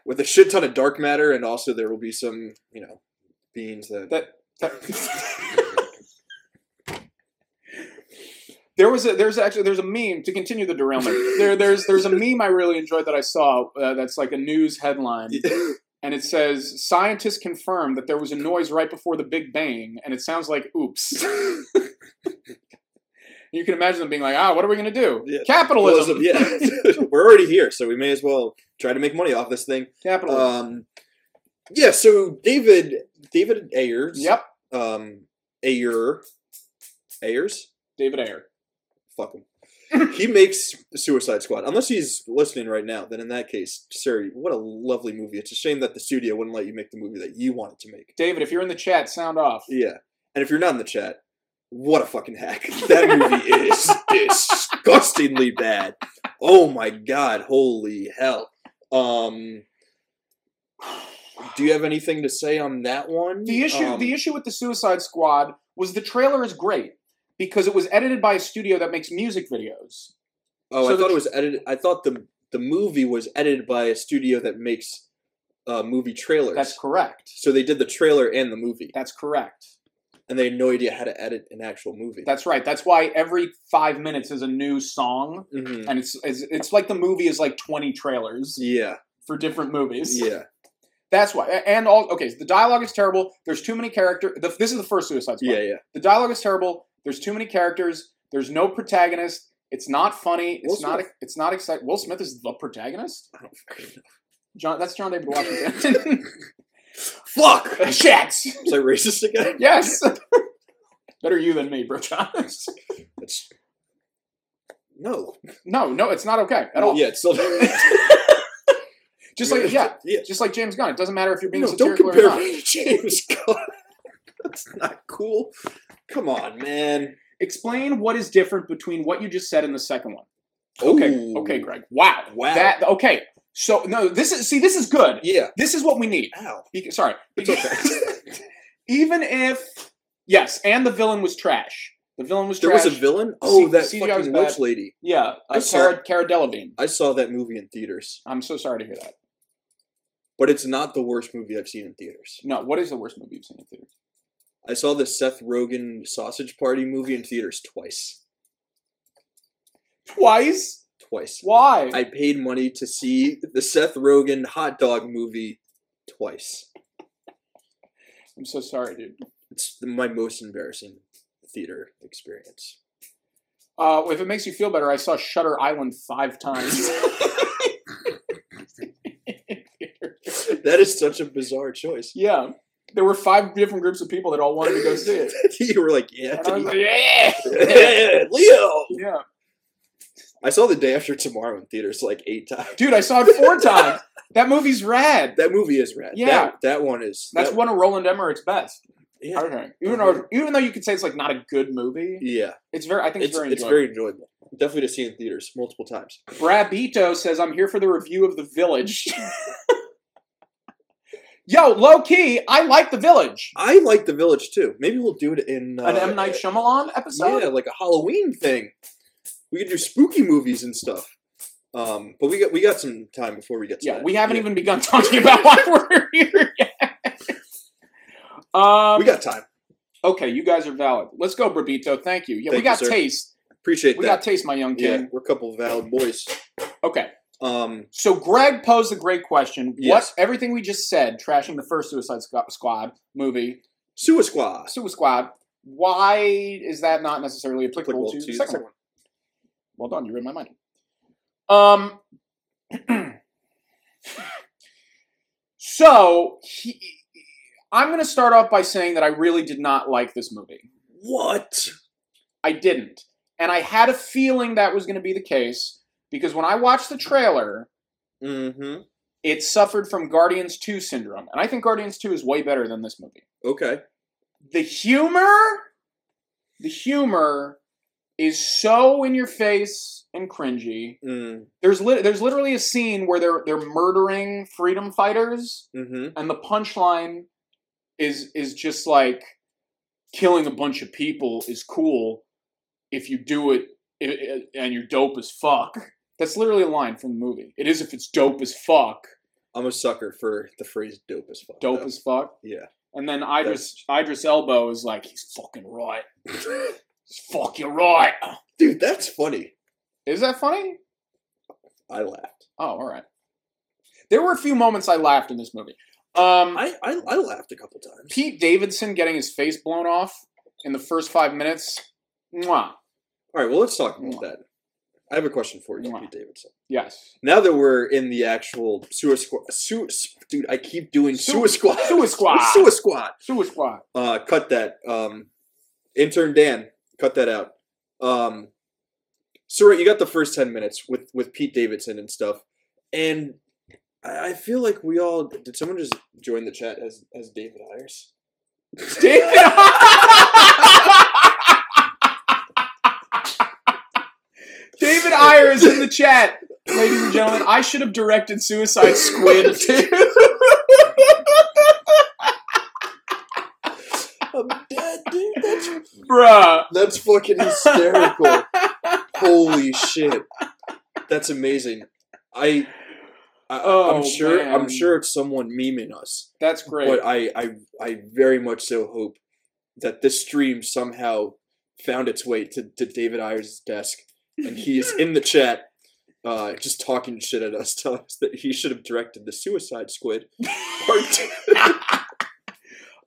S2: with a shit ton of dark matter, and also there will be some, you know, beings that.
S1: that- there was a, there's actually there's a meme to continue the derailment. There there's there's a meme I really enjoyed that I saw uh, that's like a news headline and it says scientists confirm that there was a noise right before the Big Bang and it sounds like oops. you can imagine them being like ah what are we gonna do?
S2: Yeah.
S1: Capitalism.
S2: yeah, we're already here, so we may as well try to make money off this thing.
S1: Capitalism.
S2: Um, yeah, so David David Ayers.
S1: yep.
S2: Um, Ayer. Ayers.
S1: David Ayer.
S2: fuck him. he makes Suicide Squad. Unless he's listening right now, then in that case, Siri, what a lovely movie. It's a shame that the studio wouldn't let you make the movie that you wanted to make.
S1: David, if you're in the chat, sound off.
S2: Yeah. And if you're not in the chat, what a fucking hack. That movie is disgustingly bad. Oh my god, holy hell. Um do you have anything to say on that one?
S1: The issue
S2: Um,
S1: the issue with the Suicide Squad was the trailer is great because it was edited by a studio that makes music videos.
S2: Oh,
S1: so
S2: I
S1: the
S2: thought
S1: tr-
S2: it was edited I thought the the movie was edited by a studio that makes uh movie trailers.
S1: That's correct.
S2: so they did the trailer and the movie
S1: That's correct.
S2: and they had no idea how to edit an actual movie.
S1: That's right. That's why every 5 minutes is a new song
S2: Mhm.
S1: and it's it's, it's like the movie is like 20 trailers
S2: Yeah.
S1: for different movies.
S2: Yeah.
S1: That's why. a- And all okay, the dialogue is terrible. There's too many characters. This is the first Suicide Squad.
S2: Yeah, yeah.
S1: The dialogue is terrible. There's too many characters. There's no protagonist. It's not funny.
S2: Will
S1: It's not.
S2: Smith.
S1: It's not exciting. Will Smith is the protagonist.
S2: I don't fucking
S1: John. That's John David Washington.
S2: Fuck.
S1: Shats.
S2: Is that racist again?
S1: Yes. Better you than me, bro. John.
S2: That's no
S1: no, no, it's not okay at all.
S2: Yeah, it's still
S1: Just like yeah,
S2: yeah.
S1: just like James Gunn. It doesn't matter if you're being
S2: No, don't
S1: satirical or
S2: compare
S1: not.
S2: me to James Gunn. That's not cool. Come on, man.
S1: Explain what is different between what you just said and the second one. Okay.
S2: Ooh.
S1: Okay, Greg. Wow.
S2: Wow.
S1: That okay. So no, this is see, this is good.
S2: Yeah.
S1: This is what we need.
S2: Ow.
S1: Beca- sorry.
S2: It's okay.
S1: even if yes, and the villain was trash. The villain was
S2: there
S1: trash.
S2: was a villain. Oh, that
S1: CGI was
S2: fucking witch
S1: bad.
S2: lady.
S1: Yeah,
S2: I
S1: uh,
S2: saw-
S1: Cara, Cara Delevingne.
S2: I saw that movie in theaters,
S1: I'm so sorry to hear that.
S2: but it's not the worst movie I've seen in theaters.
S1: No, what is the worst movie you've seen in theaters?
S2: I saw the Seth Rogen sausage party movie in theaters twice.
S1: Twice?
S2: Twice.
S1: Why?
S2: I paid money to see the Seth Rogen hot dog movie twice.
S1: I'm so sorry, dude.
S2: It's my most embarrassing theater experience.
S1: Uh, if it makes you feel better, I saw Shutter Island five times.
S2: that is such a bizarre choice.
S1: yeah, there were five different groups of people that all wanted to go see it.
S2: you were like, yeah,
S1: And I was
S2: dude.
S1: like, yeah,
S2: yeah, Leo.
S1: yeah,
S2: I saw the day after tomorrow in theaters like eight times.
S1: dude, I saw it four times. That movie's rad.
S2: That movie is rad.
S1: Yeah.
S2: that, that one is.
S1: That's
S2: that,
S1: one of Roland Emmerich's best.
S2: yeah,
S1: Okay, even though even though you could say it's like not a good movie,
S2: yeah.
S1: It's very. I think
S2: It's,
S1: it's,
S2: Mm-hmm. it's,
S1: very.
S2: very,
S1: It's
S2: enjoyable. Definitely to see in theaters multiple times.
S1: Brabito says, "I'm here for the review of the Village." Yo, low key, I like the Village.
S2: I like The Village too. Maybe we'll do it in uh,
S1: An M Night Shyamalan episode.
S2: Yeah, like a Halloween thing. We could do spooky movies and stuff. Um, but we got we got some time before we get to
S1: Yeah,
S2: that.
S1: we haven't even begun talking about why we're here yet. Um,
S2: we got time.
S1: okay. You guys are valid. Let's go, Brabito. Thank you.
S2: Thank
S1: Yeah, we
S2: you,
S1: got
S2: sir.
S1: taste.
S2: Appreciate
S1: We
S2: that.
S1: got taste, my young
S2: yeah,
S1: king.
S2: we're a couple of valid boys.
S1: Okay.
S2: Um,
S1: So Greg posed a great question.
S2: Yes.
S1: What everything we just said, trashing the first Suicide Squ- Squad movie,
S2: Suicide Squad.
S1: Suicide Squad. Why is that not necessarily applicable,
S2: Applicable
S1: to, the
S2: to
S1: second
S2: the
S1: one? Well done, you read my mind. Um. so he, I'm going to start off by saying that I really did not like this movie.
S2: What?
S1: I didn't, and I had a feeling that was going to be the case because when I watched the trailer,
S2: Mm-hmm.
S1: it suffered from Guardians Two syndrome, and I think Guardians Two is way better than this movie.
S2: Okay.
S1: the humor the humor is so in your face and cringy
S2: Mm.
S1: there's lit there's literally a scene where they're they're murdering freedom fighters
S2: Mm-hmm.
S1: and the punchline is is just like killing a bunch of people is cool if you do it i i and you're dope as fuck that's literally a line from the movie it is if it's dope as fuck
S2: I'm a sucker for the phrase "dope as fuck."
S1: dope
S2: though.
S1: as fuck
S2: yeah.
S1: and then idris idris elbow is like he's fucking right he's fucking right
S2: Dude, that's funny.
S1: Is that funny?
S2: I laughed.
S1: Oh, all right. There were a few moments I laughed in this movie. Um,
S2: I I, I laughed a couple times.
S1: Pete Davidson getting his face blown off in the first five minutes. Mwah.
S2: All right. Well, let's talk about that. I have a question for you,
S1: Mwah.
S2: Pete Davidson.
S1: Yes.
S2: Now that we're in the actual Suicide Squad, Su- dude, I keep doing
S1: Su-
S2: Suicide Squad.
S1: Sui Squad.
S2: Suicide Squad.
S1: Suicide Squad.
S2: Uh, cut that. Um, intern Dan, cut that out. Um, so right, you got the first ten minutes with with Pete Davidson and stuff, and I, I feel like we all did. Someone just join the chat as as David Ayers.
S1: David David Ayers in the chat, ladies and gentlemen. I should have directed Suicide Squid.
S2: I'm dead, dude. That's
S1: Bruh.
S2: That's fucking hysterical. Holy shit. That's amazing. I, I
S1: Oh,
S2: I'm sure
S1: man.
S2: I'm sure it's someone memeing us.
S1: That's great.
S2: But I, I I very much so hope that this stream somehow found its way to, to David Ayers' desk and he is in the chat uh, just talking shit at us, telling us that he should have directed the Suicide Squid part two.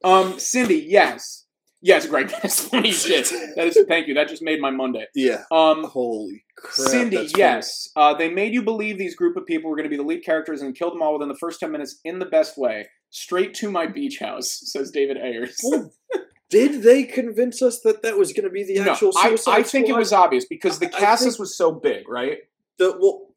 S1: Um, Cindy, yes. Yes, Greg, that's funny shit. That is thank you. That just made my Monday.
S2: Yeah.
S1: Um
S2: Holy crap.
S1: Cindy,
S2: that's funny.
S1: yes. Uh, they made you believe these group of people were going to be the lead characters and killed them all within the first 10 minutes in the best way. Straight to my beach house, says David Ayers.
S2: Well, did they convince us that that was going to be the
S1: No,
S2: actual
S1: I,
S2: Suicide
S1: I think it
S2: Squad?
S1: was obvious because the
S2: I- I
S1: cast
S2: think-
S1: was so big, right?
S2: the well.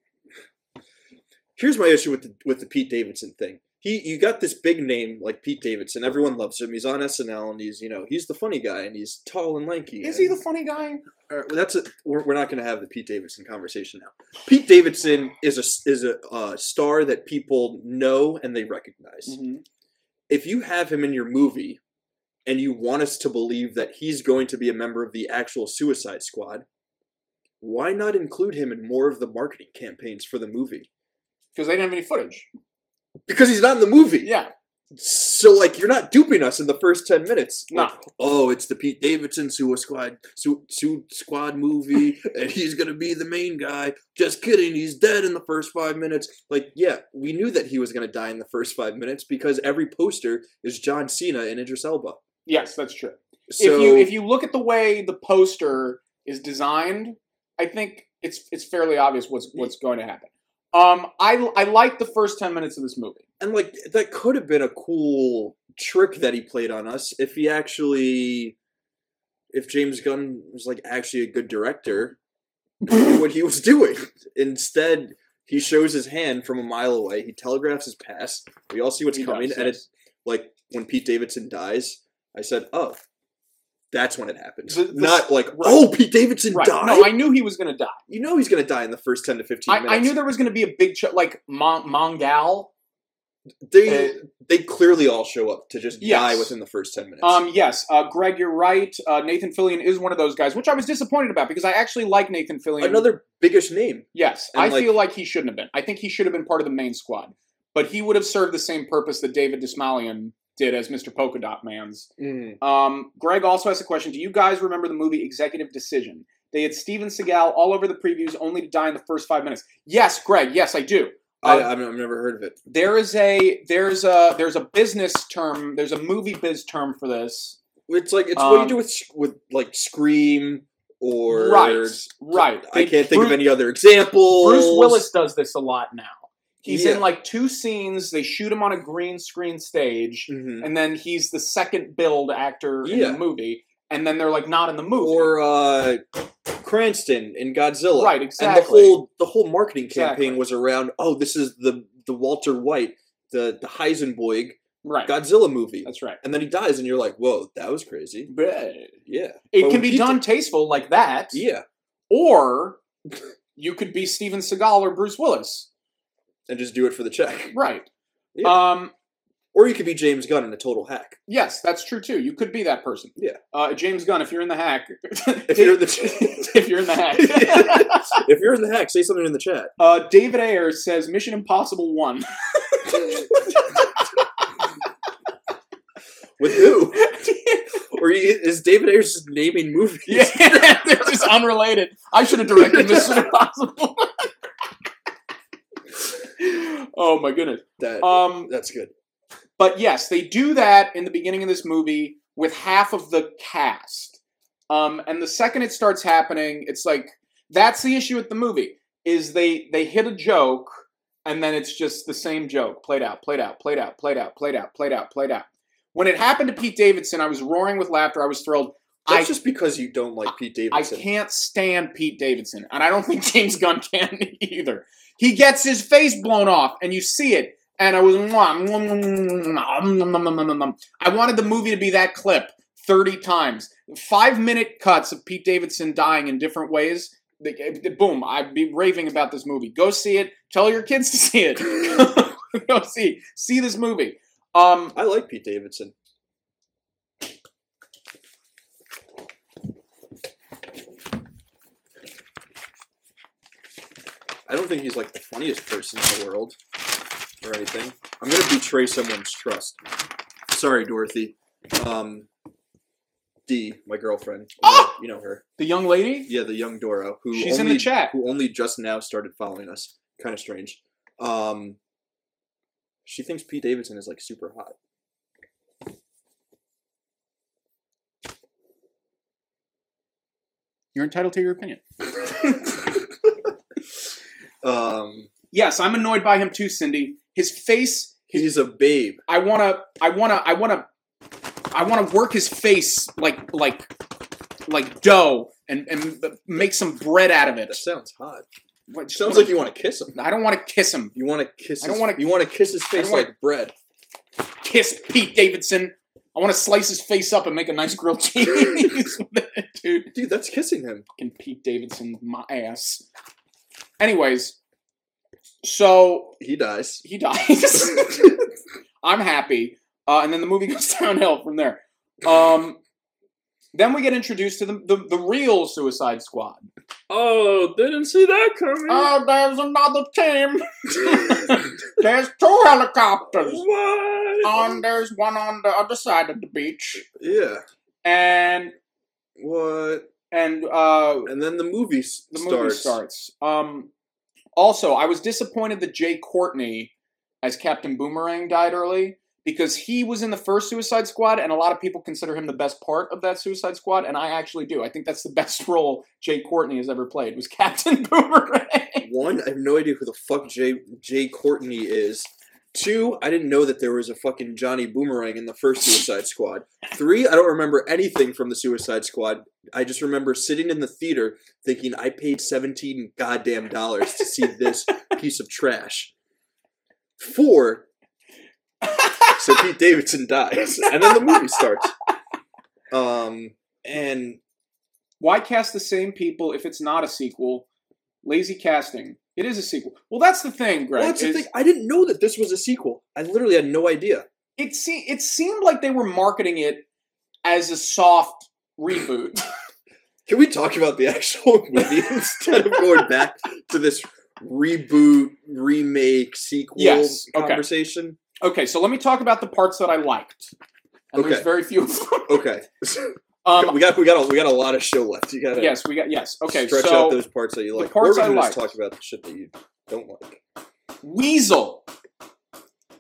S2: Here's my issue with the with the Pete Davidson thing. He you got this big name like Pete Davidson. Everyone loves him. He's on SNL and he's you know he's the funny guy and he's tall and lanky.
S1: Is he
S2: and-
S1: the funny guy?
S2: All right, well, that's a, we're, we're not going to have the Pete Davidson conversation now. Pete Davidson is a s- is a uh, star that people know and they recognize.
S1: Mm-hmm.
S2: if you have him in your movie and you want us to believe that he's going to be a member of the actual Suicide Squad, why not include him in more of the marketing campaigns for the movie?
S1: Because they didn't have any footage.
S2: Because he's not in the movie.
S1: Yeah.
S2: So like you're not duping us in the first ten minutes.
S1: No.
S2: Like, oh, it's the Pete Davidson Suicide Squad Su- Su- Squad movie, and he's gonna be the main guy. Just kidding, he's dead in the first five minutes. Like, yeah, we knew that he was gonna die in the first five minutes because every poster is John Cena and Idris Elba.
S1: Yes, that's true.
S2: So
S1: if you if you look at the way the poster is designed, I think it's it's fairly obvious what's what's going to happen. Um, I I like the first ten minutes of this movie.
S2: and like that could have been a cool trick that he played on us if he actually if James Gunn was like actually a good director knew what he was doing. Instead, he shows his hand from a mile away. He telegraphs his pass. We all see what's
S1: He does,
S2: coming and
S1: yes.
S2: it's like when Pete Davidson dies, I said, "Oh, that's when it happens."
S1: The- the-
S2: Not like,
S1: right.
S2: "Oh, Pete Davidson
S1: Right?
S2: died."
S1: No, I knew he was going to die.
S2: you know he's going to die in the first 10 to 15 minutes.
S1: I, I knew there was going to be a big ch- like Mon- Mongal.
S2: they
S1: uh,
S2: they clearly all show up to just die
S1: Yes.
S2: within the first 10 minutes.
S1: Um, yes, uh, Greg, you're right. Uh, Nathan Fillion is one of those guys, which I was disappointed about because I actually like Nathan Fillion.
S2: another biggish name.
S1: Yes,
S2: And,
S1: I
S2: like-
S1: feel like he shouldn't have been. I think he should have been part of the main squad, but he would have served the same purpose that David Dismalion did as Mr. Polka Dot Man's. Um, Greg also has a question. Do you guys remember the movie Executive Decision? They had Steven Seagal all over the previews, only to die in the first five minutes. Yes, Greg. Yes, I do.
S2: I,
S1: Um,
S2: I've, I've never heard of it.
S1: there is a there's a there's a business term. There's a movie biz term for this.
S2: It's like it's what
S1: um,
S2: you do with s- with like Scream or
S1: right, right.
S2: I
S1: They-
S2: can't think
S1: Bruce-
S2: of any other example.
S1: Bruce Willis does this a lot now. He's
S2: Yeah.
S1: in like two scenes. They shoot him on a green screen stage,
S2: Mm-hmm.
S1: and then he's the second build actor in
S2: Yeah.
S1: the movie. And then they're like not in the movie.
S2: or uh, Cranston in Godzilla.
S1: right,
S2: And the
S1: exactly.
S2: whole the whole marketing campaign
S1: Exactly.
S2: was around. Oh, this is the the Walter White, the the Heisenboig
S1: right,
S2: Godzilla movie.
S1: that's right.
S2: And then he dies, and you're like, "Whoa, that was crazy." Yeah,
S1: It
S2: But
S1: can
S2: we
S1: be
S2: did-
S1: done tasteful like that,
S2: yeah,
S1: or you could be Steven Seagal or Bruce Willis.
S2: and just do it for the check.
S1: Right.
S2: Yeah.
S1: Um,
S2: Or you could be James Gunn in a total hack.
S1: yes, that's true too. You could be that person.
S2: Yeah.
S1: Uh, James Gunn, if you're in the hack,
S2: If you're in the-
S1: if you're in the hack.
S2: if you're in the hack, say something in the chat.
S1: Uh, David Ayers says Mission Impossible 1.
S2: With who? Or he- is David Ayers just naming movies?
S1: yeah, they're just unrelated. I should have directed Mission Impossible. oh my goodness.
S2: That,
S1: Um,
S2: that's good.
S1: but yes, they do that in the beginning of this movie with half of the cast. Um, and the second it starts happening, it's like that's the issue with the movie is they they hit a joke and then it's just the same joke played out, played out, played out, played out, played out, played out, played out. When it happened to Pete Davidson, I was roaring with laughter. I was thrilled.
S2: That's
S1: I-
S2: just because you don't like Pete
S1: I
S2: Davidson.
S1: can't stand Pete Davidson, and I don't think James Gunn can either. He gets his face blown off, and you see it. And I was, "Mwah, mwah, mwah, mwah, mwah, um, nom, nom, nom, nom, nom, nom." I wanted the movie to be that clip thirty times, five minute cuts of Pete Davidson dying in different ways. The- the- Boom! I'd be raving about this movie. Go see it. Tell your kids to see it. Go see see this movie. Um,
S2: I like Pete Davidson. I don't think he's like the funniest person in the world or anything. I'm gonna betray someone's trust. Sorry, Dorothy. Um, D, my girlfriend.
S1: Ah!
S2: You know her.
S1: the young lady.
S2: Yeah, the young Doro who
S1: She's in
S2: only,
S1: the chat.
S2: who only just now started following us. Kind of strange. Um, she thinks Pete Davidson is like super hot.
S1: You're entitled to your opinion.
S2: um,
S1: Yes, I'm annoyed by him too, Cindy. His face
S2: he's a babe.
S1: I wanna, I wanna, I wanna, I wanna work his face like, like, like dough, and and make some bread out of it.
S2: That sounds hot.
S1: What-
S2: Sounds like you want to kiss him.
S1: I don't want to kiss him.
S2: You want to kiss.
S1: I don't
S2: his-
S1: wanna-
S2: You want to kiss his face
S1: don't wanna-
S2: like bread.
S1: Kiss Pete Davidson. I want to slice his face up and make a nice grilled cheese, with it, dude.
S2: Dude, that's kissing him.
S1: Fucking Pete Davidson, my ass. Anyways, so
S2: He dies.
S1: he dies. I'm happy, uh, and then the movie goes downhill from there. Um, then we get introduced to the the, the real Suicide Squad.
S2: oh, didn't see that coming.
S1: Oh, there's another team. There's two helicopters.
S2: what?
S1: On there's one on the other side of the beach,
S2: yeah.
S1: and
S2: What?
S1: and uh,
S2: And then the movie s-
S1: the
S2: starts.
S1: movie starts. Um, also, I was disappointed that Jay Courtney as Captain Boomerang died early because he was in the first Suicide Squad, and a lot of people consider him the best part of that Suicide Squad, and I actually do. I think that's the best role Jay Courtney has ever played was Captain Boomerang.
S2: One, I have no idea who the fuck Jay Jay Courtney is. Two, I didn't know that there was a fucking Johnny Boomerang in the first Suicide Squad. Three, I don't remember anything from the Suicide Squad. I just remember sitting in the theater thinking I paid seventeen goddamn dollars to see this piece of trash. Four, so Pete Davidson dies, and then the movie starts. Um, and
S1: why cast the same people if it's not a sequel? Lazy casting. It is a sequel. Well, that's the thing, Greg.
S2: well, that's the
S1: is
S2: thing. I didn't know that this was a sequel. I literally had no idea.
S1: It se- it seemed like they were marketing it as a soft reboot.
S2: Can we talk about the actual movie instead of going back to this reboot, remake, sequel
S1: Yes, okay.
S2: conversation?
S1: okay, so let me talk about the parts that I liked. And there's
S2: Okay.
S1: very few of them.
S2: Okay,
S1: Um,
S2: we got we got a, we got a lot of show left. You gotta
S1: yes, we got yes. Okay,
S2: stretch
S1: so
S2: out those parts that you
S1: the
S2: like.
S1: parts
S2: We're
S1: I
S2: gonna just
S1: liked.
S2: talk about the shit that you don't like.
S1: Weasel.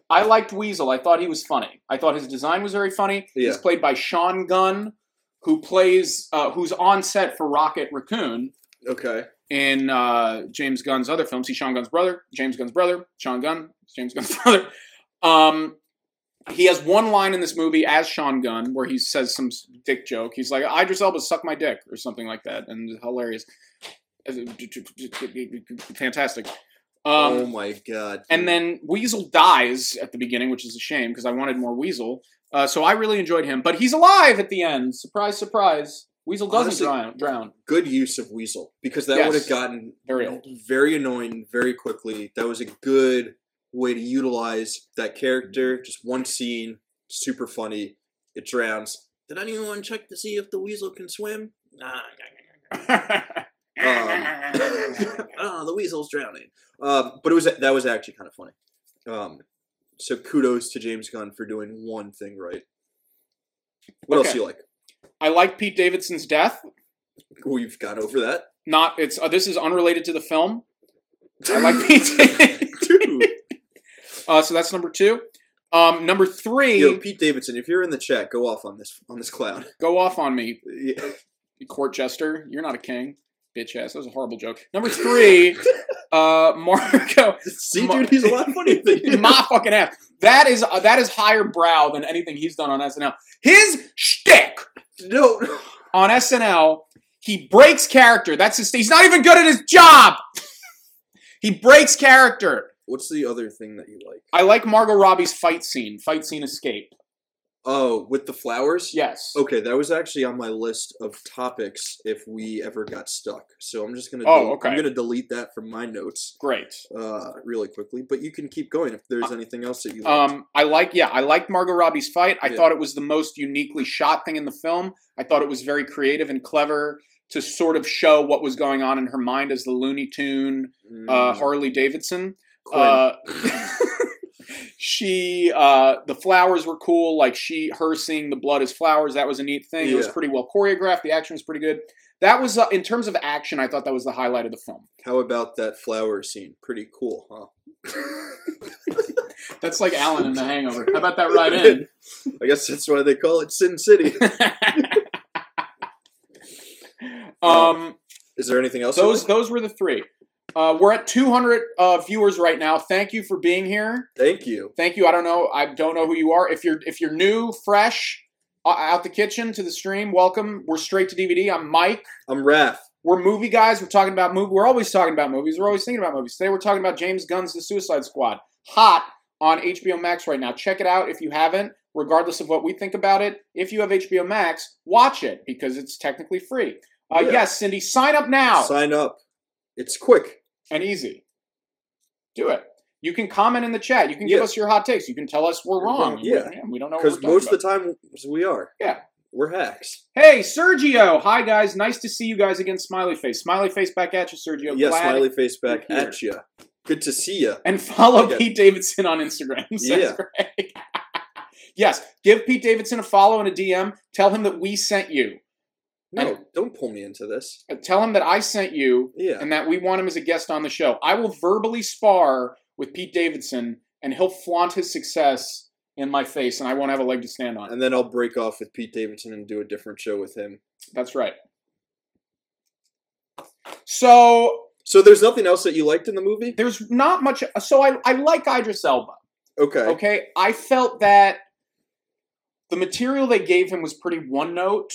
S1: I liked Weasel. I thought he was funny. I thought his design was very funny. He's
S2: Yeah.
S1: played by Sean Gunn, who plays uh, who's on set for Rocket Raccoon.
S2: Okay,
S1: in uh, James Gunn's other films. He's Sean Gunn's brother, James Gunn's brother, Sean Gunn, James Gunn's brother. Um, he has one line in this movie as Sean Gunn where he says some s- dick joke. He's like, Idris Elba, suck my dick, or something like that. And it's hilarious. Fantastic.
S2: oh
S1: Um,
S2: my god!
S1: and then Weasel dies at the beginning, which is a shame because I wanted more Weasel. Uh, so I really enjoyed him. But he's alive at the end. Surprise, surprise. Weasel doesn't
S2: Honestly-
S1: drown, drown.
S2: good use of Weasel because that
S1: Yes.
S2: would have gotten
S1: Very old.
S2: very annoying very quickly. That was a good way to utilize that character. Just one scene, super funny. It drowns. Did anyone check to see if the weasel can swim? Nah, oh, the weasel's drowning. Um, but it was that was actually kind of funny. Um, so kudos to James Gunn for doing one thing right. What else
S1: Okay.
S2: do you like?
S1: I like Pete Davidson's death.
S2: We've gone over that.
S1: Not it's uh, this is unrelated to the film. I like Pete.
S2: Dude.
S1: uh, so that's number two. Um, number three,
S2: Yo, Pete Davidson, if you're in the chat, go off on this on this clown.
S1: go off on me,
S2: Yeah.
S1: you court jester. You're not a king, bitch ass. That was a horrible joke. Number three, uh, Marco,
S2: See,
S1: Ma-
S2: dude, he's a lot funnier than you.
S1: my fucking ass. That is uh, that is higher brow than anything he's done on SNL. His shtick
S2: no,
S1: on SNL. He breaks character. That's his. He's not even good at his job. he breaks character.
S2: What's the other thing that you like?
S1: I like Margot Robbie's fight scene. Fight scene escape.
S2: Oh, with the flowers?
S1: Yes.
S2: Okay, that was actually on my list of topics if we ever got stuck. So I'm just gonna
S1: Oh,
S2: del-
S1: okay.
S2: I'm gonna delete that from my notes
S1: Great.
S2: uh really quickly. But you can keep going if
S1: Uh,
S2: there's anything else that you like.
S1: Um, I like, yeah, I liked Margot Robbie's fight. I
S2: Yeah.
S1: thought it was the most uniquely shot thing in the film. I thought it was very creative and clever to sort of show what was going on in her mind as the Looney Tune uh,
S2: Mm,
S1: Harley Davidson.
S2: Quinn.
S1: Uh, she, uh, the flowers were cool. Like she, her seeing the blood as flowers, that was a neat thing. It was
S2: Yeah.
S1: pretty well choreographed. The action was pretty good. That was, uh, in terms of action, I thought that was the highlight of the film.
S2: How about that flower scene? Pretty cool, huh?
S1: That's like Alan in The Hangover. How about that right in?
S2: I guess that's why they call it Sin City.
S1: um,
S2: Is there anything else? you
S1: those
S2: like?
S1: those were the three. Uh, we're at 200 uh, viewers right now. Thank you for being here.
S2: Thank you.
S1: Thank you. I don't know. I don't know who you are. If you're if you're new, fresh, uh, out the kitchen to the stream, welcome. We're straight to DVD. I'm Mike.
S2: I'm Raph.
S1: We're movie guys. We're talking about movie. We're always talking about movies. We're always thinking about movies. Today we're talking about James Gunn's The Suicide Squad. Hot on HBO Max right now. Check it out if you haven't. Regardless of what we think about it, if you have HBO Max, watch it because it's technically free. Uh,
S2: Yeah.
S1: Yes, Cindy, sign up now
S2: Sign up. It's quick.
S1: and easy. Do it. You can comment in the chat. You can give
S2: Yeah.
S1: us your hot takes. You can tell us we're
S2: We're
S1: wrong.
S2: wrong, yeah.
S1: We- we don't know. what
S2: Because
S1: Oh, we're talking
S2: most of
S1: about.
S2: the time we are.
S1: Yeah.
S2: We're hacks.
S1: Hey, Sergio! Hi guys, nice to see you guys again. Smiley face, smiley face back at you, Sergio.
S2: yeah,
S1: Glad-
S2: smiley face back
S1: you're here.
S2: at you. Good to see you.
S1: And follow
S2: Okay.
S1: Pete Davidson on Instagram. Sounds
S2: Yeah.
S1: great. yes, give Pete Davidson a follow and a DM. Tell him that we sent you.
S2: No,
S1: And-
S2: don't pull me into this.
S1: Uh, Tell him that I sent you
S2: Yeah.
S1: and that we want him as a guest on the show. I will verbally spar with Pete Davidson, and he'll flaunt his success in my face, and I won't have a leg to stand on.
S2: And then I'll break off with Pete Davidson and do a different show with him.
S1: That's right. So
S2: So there's nothing else that you liked in the movie?
S1: there's not much. So I, I like Idris Elba.
S2: Okay.
S1: Okay, I felt that the material they gave him was pretty one note,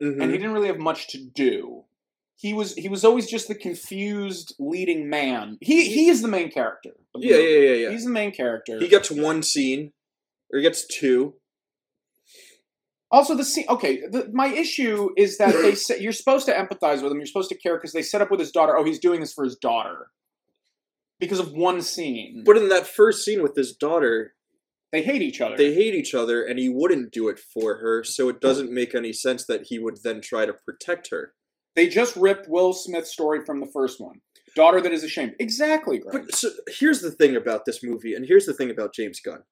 S2: Mhm.
S1: and he didn't really have much to do. He was he was always just the confused leading man. He he is the main character. of the
S2: Yeah,
S1: movie.
S2: yeah, yeah, yeah.
S1: He's the main character.
S2: He gets one scene, or he gets two.
S1: Also, the scene. Okay, the, my issue is that they say, you're supposed to empathize with him. You're supposed to care because they set up with his daughter. Oh, he's doing this for his daughter because of one scene.
S2: But in that first scene with his daughter,
S1: they hate each other.
S2: they hate each other, and he wouldn't do it for her, so it doesn't make any sense that he would then try to protect her.
S1: they just ripped Will Smith's story from the first one. Daughter that is ashamed. Exactly, Greg.
S2: But so here's the thing about this movie, and here's the thing about James Gunn,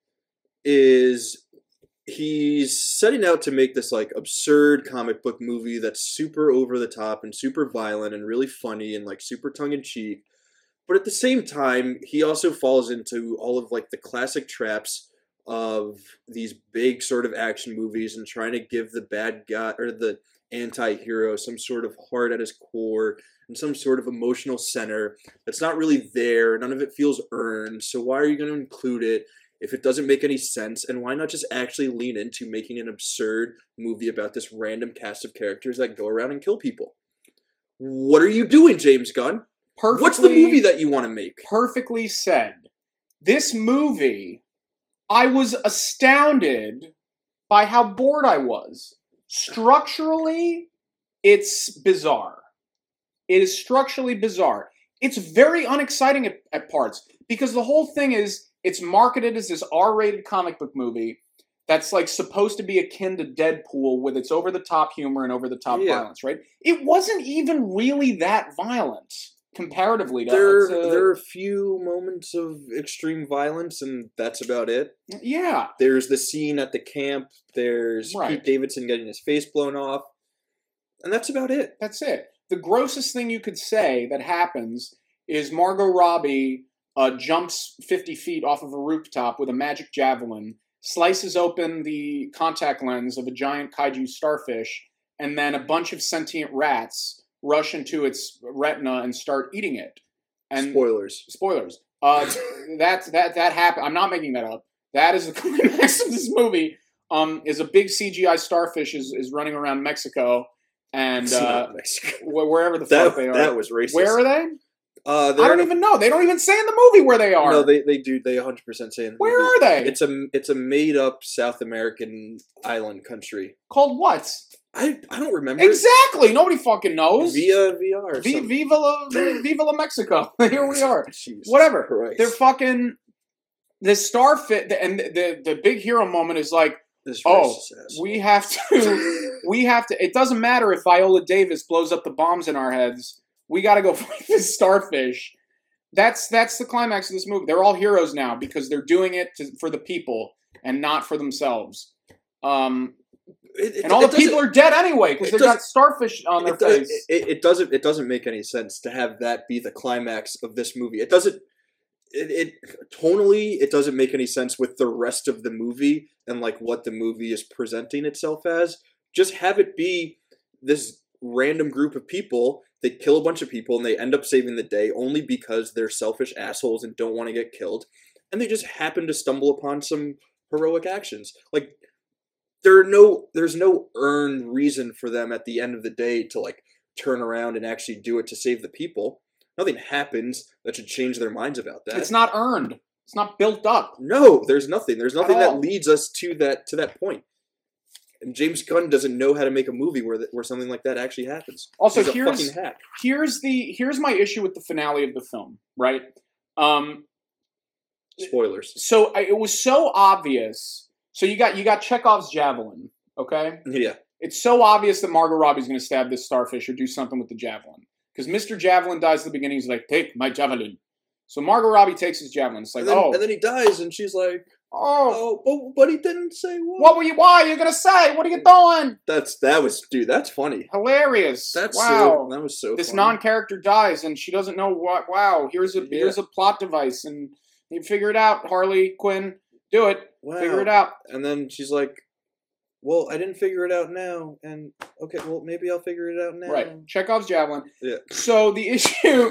S2: is he's setting out to make this like absurd comic book movie that's super over the top and super violent and really funny and like super tongue in cheek. But at the same time, he also falls into all of like the classic traps of these big sort of action movies and trying to give the bad guy or the anti-hero some sort of heart at his core and some sort of emotional center that's not really there. None of it feels earned. So why are you going to include it if it doesn't make any sense? And why not just actually lean into making an absurd movie about this random cast of characters that go around and kill people? What are you doing, James Gunn?
S1: perfectly,
S2: What's the movie that you want to make?
S1: perfectly said. This movie, I was astounded by how bored I was. Structurally, it's bizarre. It is structurally bizarre. It's very unexciting at, at parts because the whole thing is it's marketed as this R rated comic book movie that's like supposed to be akin to Deadpool with its over the top humor and over the top
S2: Yeah.
S1: violence, right? It wasn't even really that violent comparatively to
S2: There,
S1: it's a-
S2: there are a few moments of extreme violence, and that's about it.
S1: Yeah,
S2: There's the scene at the camp. There's
S1: Right.
S2: Pete Davidson getting his face blown off, and that's about it.
S1: that's it. The grossest thing you could say that happens is Margot Robbie uh, jumps 50 feet off of a rooftop with a magic javelin, slices open the contact lens of a giant kaiju starfish, and then a bunch of sentient rats rush into its retina and start eating it. And
S2: Spoilers.
S1: spoilers. Uh, that that that happened. I'm not making that up. That is the climax of this movie. Um, is a big CGI starfish is, is running around Mexico, and
S2: It's
S1: uh,
S2: not Mexico.
S1: wh- wherever the
S2: that,
S1: fuck they are.
S2: that was racist.
S1: where are they?
S2: Uh,
S1: I
S2: they're
S1: don't
S2: in a-
S1: even know. They don't even say in the movie where they are.
S2: No, they, they do. They 100 percent say. in the
S1: where
S2: movie.
S1: are they?
S2: It's a it's a made up South American island country.
S1: called what?
S2: I I don't remember.
S1: Exactly. Nobody fucking knows.
S2: Via VR. or
S1: V-
S2: something.
S1: Viva la, Viva la Mexico. Here we are.
S2: Jesus
S1: Whatever.
S2: Christ.
S1: They're fucking the star fit, and the, the the big hero moment is like
S2: This
S1: oh,
S2: racist ass.
S1: we have to, we have to. It doesn't matter if Viola Davis blows up the bombs in our heads. We got to go fight this starfish. That's that's the climax of this movie. They're all heroes now because they're doing it to, for the people and not for themselves. Um,
S2: It- it-
S1: and all
S2: it
S1: the people
S2: doesn't-
S1: are dead anyway because
S2: it
S1: they've got starfish on their
S2: It, does,
S1: face.
S2: it, it- it doesn't. It doesn't make any sense to have that be the climax of this movie. It doesn't. It, it tonally, it doesn't make any sense with the rest of the movie and like what the movie is presenting itself as. Just have it be this random group of people. They kill a bunch of people and they end up saving the day only because they're selfish assholes and don't want to get killed, and they just happen to stumble upon some heroic actions. Like there are no there's no earned reason for them at the end of the day to like turn around and actually do it to save the people. Nothing happens that should change their minds about that.
S1: it's not earned. It's not built up.
S2: no, there's nothing. There's nothing
S1: all.
S2: that leads us to that to that point. And James Gunn doesn't know how to make a movie where that, where something like that actually happens.
S1: Also,
S2: He's a
S1: here's-
S2: fucking hack.
S1: Here's the here's my issue with the finale of the film. Right. Um,
S2: Spoilers.
S1: so I, it was so obvious. So you got you got Chekhov's javelin. Okay,
S2: Yeah,
S1: it's so obvious that Margot Robbie's going to stab this starfish or do something with the javelin because Mr. Javelin dies at the beginning. He's like, "Take my javelin." So Margot Robbie takes his javelin. It's like,
S2: and then,
S1: oh,
S2: and then he dies, and she's like,
S1: oh,
S2: "Oh, but, but he didn't say what."
S1: what were you? Why are you going to say? What are you doing?
S2: That's that was dude. That's funny.
S1: Hilarious!
S2: That's
S1: wow.
S2: so, that was so.
S1: this
S2: funny.
S1: non-character dies, and she doesn't know what. Wow, here's a
S2: Yeah.
S1: here's a plot device, and you figure it out, Harley Quinn. Do it.
S2: wow.
S1: Figure it out.
S2: And then she's like, "Well, I didn't figure it out now." And okay, well, maybe I'll figure it out now.
S1: Right. Chekhov's javelin.
S2: Yeah.
S1: So the issue,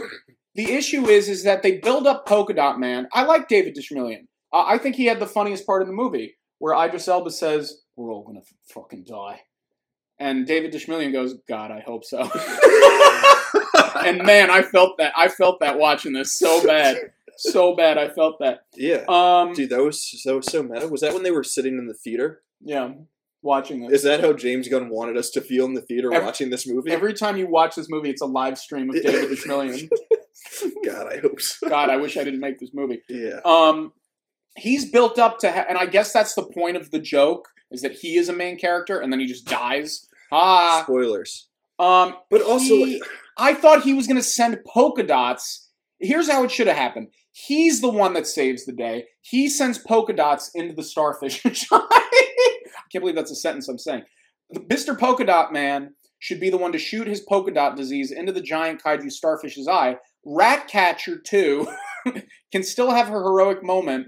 S1: the issue is, is that they build up Polka Dot Man. I like David Dishmillion. Uh, I think he had the funniest part of the movie where Idris Elba says, "We're all gonna f- fucking die," and David Dishmillion goes, "God, I hope so." and man, I felt that. I felt that watching this so bad, so bad. I felt that.
S2: Yeah.
S1: Um,
S2: Dude, that was so so meta. Was that when they were sitting in the theater?
S1: yeah, watching this.
S2: Is that how James Gunn wanted us to feel in the theater
S1: Every-
S2: watching this movie?
S1: Every time you watch this movie, it's a live stream of David Dishmillion.
S2: God, I hope so.
S1: God, I wish I didn't make this movie.
S2: Yeah.
S1: Um, he's built up to, ha- and I guess that's the point of the joke is that he is a main character, and then he just dies. Ah,
S2: Spoilers.
S1: um,
S2: But also,
S1: he- I thought he was gonna send polka dots. Here's how it should have happened. He's the one that saves the day. He sends polka dots into the starfish. I can't believe that's a sentence I'm saying. The- Mr. Polka Dot Man should be the one to shoot his polka dot disease into the giant kaiju starfish's eye. Ratcatcher 2 can still have her heroic moment,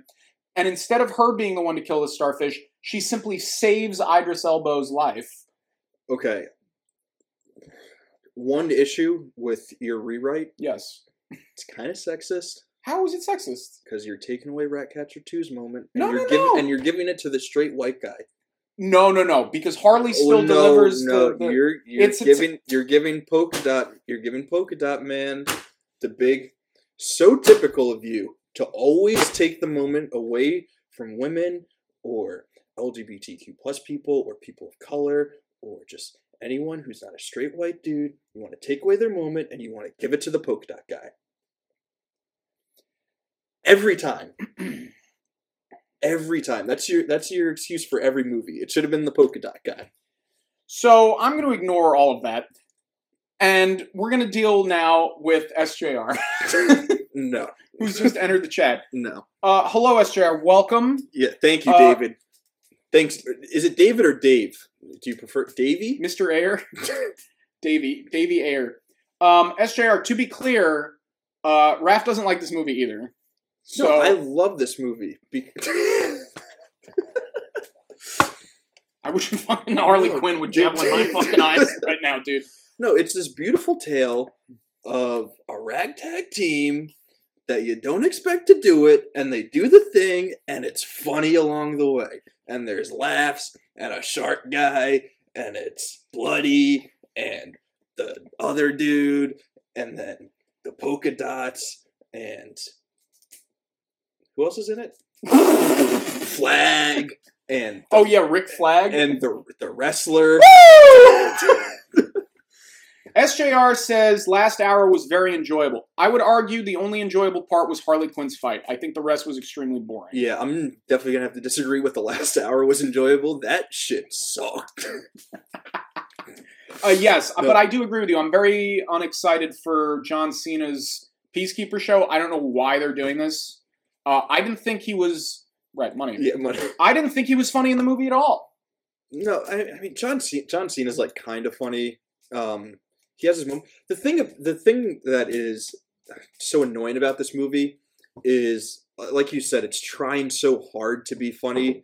S1: and instead of her being the one to kill the starfish, she simply saves Idris Elba's life.
S2: okay. One issue with your rewrite,
S1: Yes.
S2: it's kind of sexist
S1: How is it sexist?
S2: because you're taking away Ratcatcher 2's moment, and
S1: No,
S2: you're
S1: no,
S2: giving
S1: no.
S2: and you're giving it to the straight white guy.
S1: No, no, no. Because Harley
S2: Oh,
S1: still
S2: no,
S1: delivers
S2: No,
S1: the, the-
S2: you're you're
S1: It's a t-
S2: giving you're giving polka dot you're giving polka dot man the big so typical of you to always take the moment away from women or LGBTQ plus people or people of color or just anyone who's not a straight white dude. You want to take away their moment and you want to give it to the polka dot guy every time. Every time. That's your that's your excuse for every movie. It should have been the polka dot guy.
S1: So I'm going to ignore all of that, and we're going to deal now with SJR,
S2: No,
S1: who's just entered the chat.
S2: no.
S1: Uh, hello, SJR. Welcome.
S2: Yeah, thank you,
S1: Uh,
S2: David. Thanks. Is it David or Dave? Do you prefer Davy?
S1: Mr. Ayer, Davy, Davy Ayer. Um, SJR, to be clear, uh, Raph doesn't like this movie either. So
S2: no, I
S1: I,
S2: love this movie. Be-
S1: wish fucking Harley Quinn would javelin my fucking eyes right now, dude.
S2: no, it's this beautiful tale of a ragtag team that you don't expect to do it, and they do the thing, and it's funny along the way. And there's laughs, and a shark guy, and it's bloody, and the other dude, and then the polka dots, and who else is in it? Flag and
S1: Oh yeah, Rick Flag.
S2: and the the wrestler.
S1: SJR says last hour was very enjoyable. I would argue the only enjoyable part was Harley Quinn's fight. I think the rest was extremely boring.
S2: Yeah, I'm definitely gonna have to disagree with the last hour was enjoyable. That shit sucked.
S1: Uh, yes,
S2: No.
S1: but I do agree with you. I'm very unexcited for John Cena's Peacekeeper show. I don't know why they're doing this. Uh, I didn't think he was right. Money.
S2: yeah, my-
S1: I didn't think he was funny in the movie at all.
S2: No, I, I mean John C- John Cena is like kind of funny. Um, he has his moment. The thing of- the thing that is uh, so annoying about this movie is, uh, like you said, it's trying so hard to be funny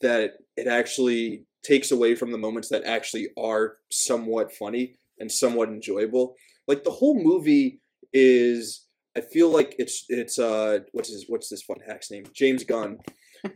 S2: that it actually takes away from the moments that actually are somewhat funny and somewhat enjoyable. Like the whole movie is, I feel like it's it's uh what's his what's this fun hack's name James Gunn.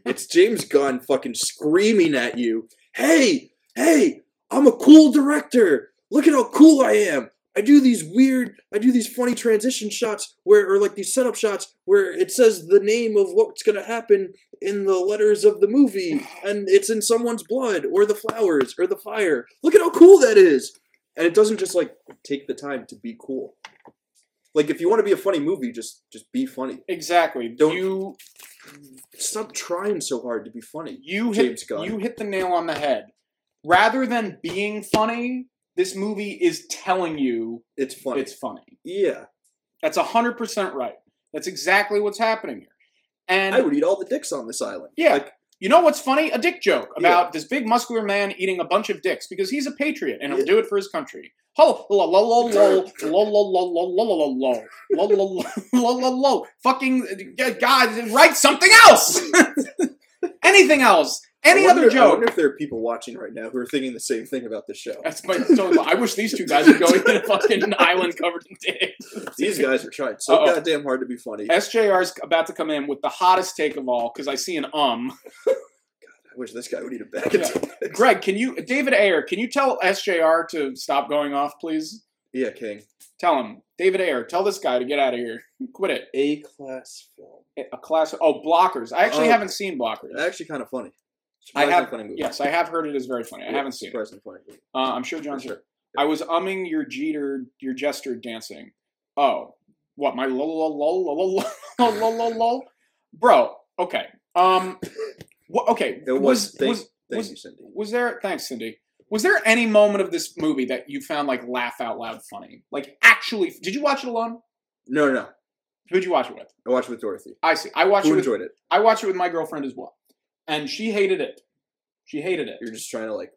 S2: It's James Gunn fucking screaming at you hey, hey, I'm a cool director. Look at how cool I am. I do these weird, I do these funny transition shots where, or like these setup shots where it says the name of what's going to happen in the letters of the movie and it's in someone's blood or the flowers or the fire. Look at how cool that is. And it doesn't just like take the time to be cool. Like if you want to be a funny movie, just just be funny.
S1: Exactly.
S2: Don't-
S1: you
S2: Stop trying so hard to be funny.
S1: you
S2: James
S1: hit
S2: Gunn.
S1: you hit the nail on the head. Rather than being funny, this movie is telling you
S2: It's funny.
S1: it's funny.
S2: yeah.
S1: That's hundred percent right. That's exactly what's happening here. And
S2: I would eat all the dicks on this island.
S1: Yeah.
S2: Like,
S1: you know what's funny? A dick joke
S2: Yeah.
S1: about this big muscular man eating a bunch of dicks because he's a patriot and he'll
S2: Yeah.
S1: do it for his country. Ho lo lo lo lo lo lo lo lo lo lo lo lo lo lo lo lo lo fucking uh, God write something else. Anything else. Any
S2: I wonder-
S1: other
S2: I
S1: joke.
S2: wonder if there are people watching right now who are thinking the same thing about this show.
S1: That's my so I wish these two guys would go in a fucking island covered in dicks.
S2: These guys are trying so
S1: Uh-oh.
S2: goddamn hard to be funny. I
S1: SJR's about to come in with the hottest take of all because I see an um.
S2: wish this guy would eat a bag
S1: Yeah.
S2: of dicks.
S1: Greg, can you David Ayer, can you tell SJR to stop going off, please?
S2: Yeah, King.
S1: Tell him, David Ayer, tell this guy to get out of here. Quit it.
S2: A class film.
S1: A class. Oh, blockers. I actually
S2: Oh.
S1: haven't seen blockers.
S2: Actually, kind of funny.
S1: I
S2: Surprisingly
S1: have-
S2: funny movie.
S1: Yes, I have heard it is very funny. I
S2: Yeah,
S1: haven't seen it.
S2: surprisingly funny movie.
S1: Uh, I'm sure John's
S2: For
S1: here. I was umming your Jeter, your jester dancing. Oh, what my lol lol lol lol lol lol lol lol lol, bro. Okay. Um. wha- okay.
S2: It was. Thank,
S1: was
S2: thank
S1: was-
S2: you, Cindy.
S1: was there? Thanks, Cindy. Was there any moment of this movie that you found like laugh out loud funny? Like actually, did you watch it alone?
S2: No, no, no.
S1: Who'd you watch it with?
S2: I watched it with Dorothy.
S1: I see. I watched
S2: Who
S1: it. With,
S2: enjoyed it?
S1: I watched it with my girlfriend as well, and she hated it. She hated it.
S2: You're just trying to like.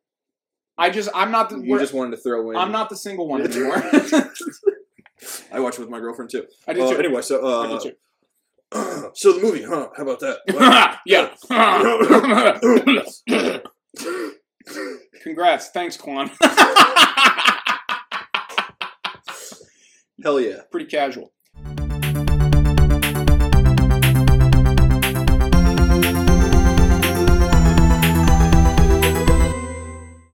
S1: I just. I'm not. The,
S2: You
S1: we're-
S2: just wanted to throw in.
S1: I'm not the single one
S2: Yeah.
S1: anymore.
S2: I watched it with my girlfriend too.
S1: I did
S2: Uh,
S1: too.
S2: Anyway, so
S1: I did
S2: uh,
S1: too.
S2: so the movie, huh? How about that?
S1: yeah. Congrats. Thanks, Quan.
S2: Hell yeah.
S1: Pretty casual.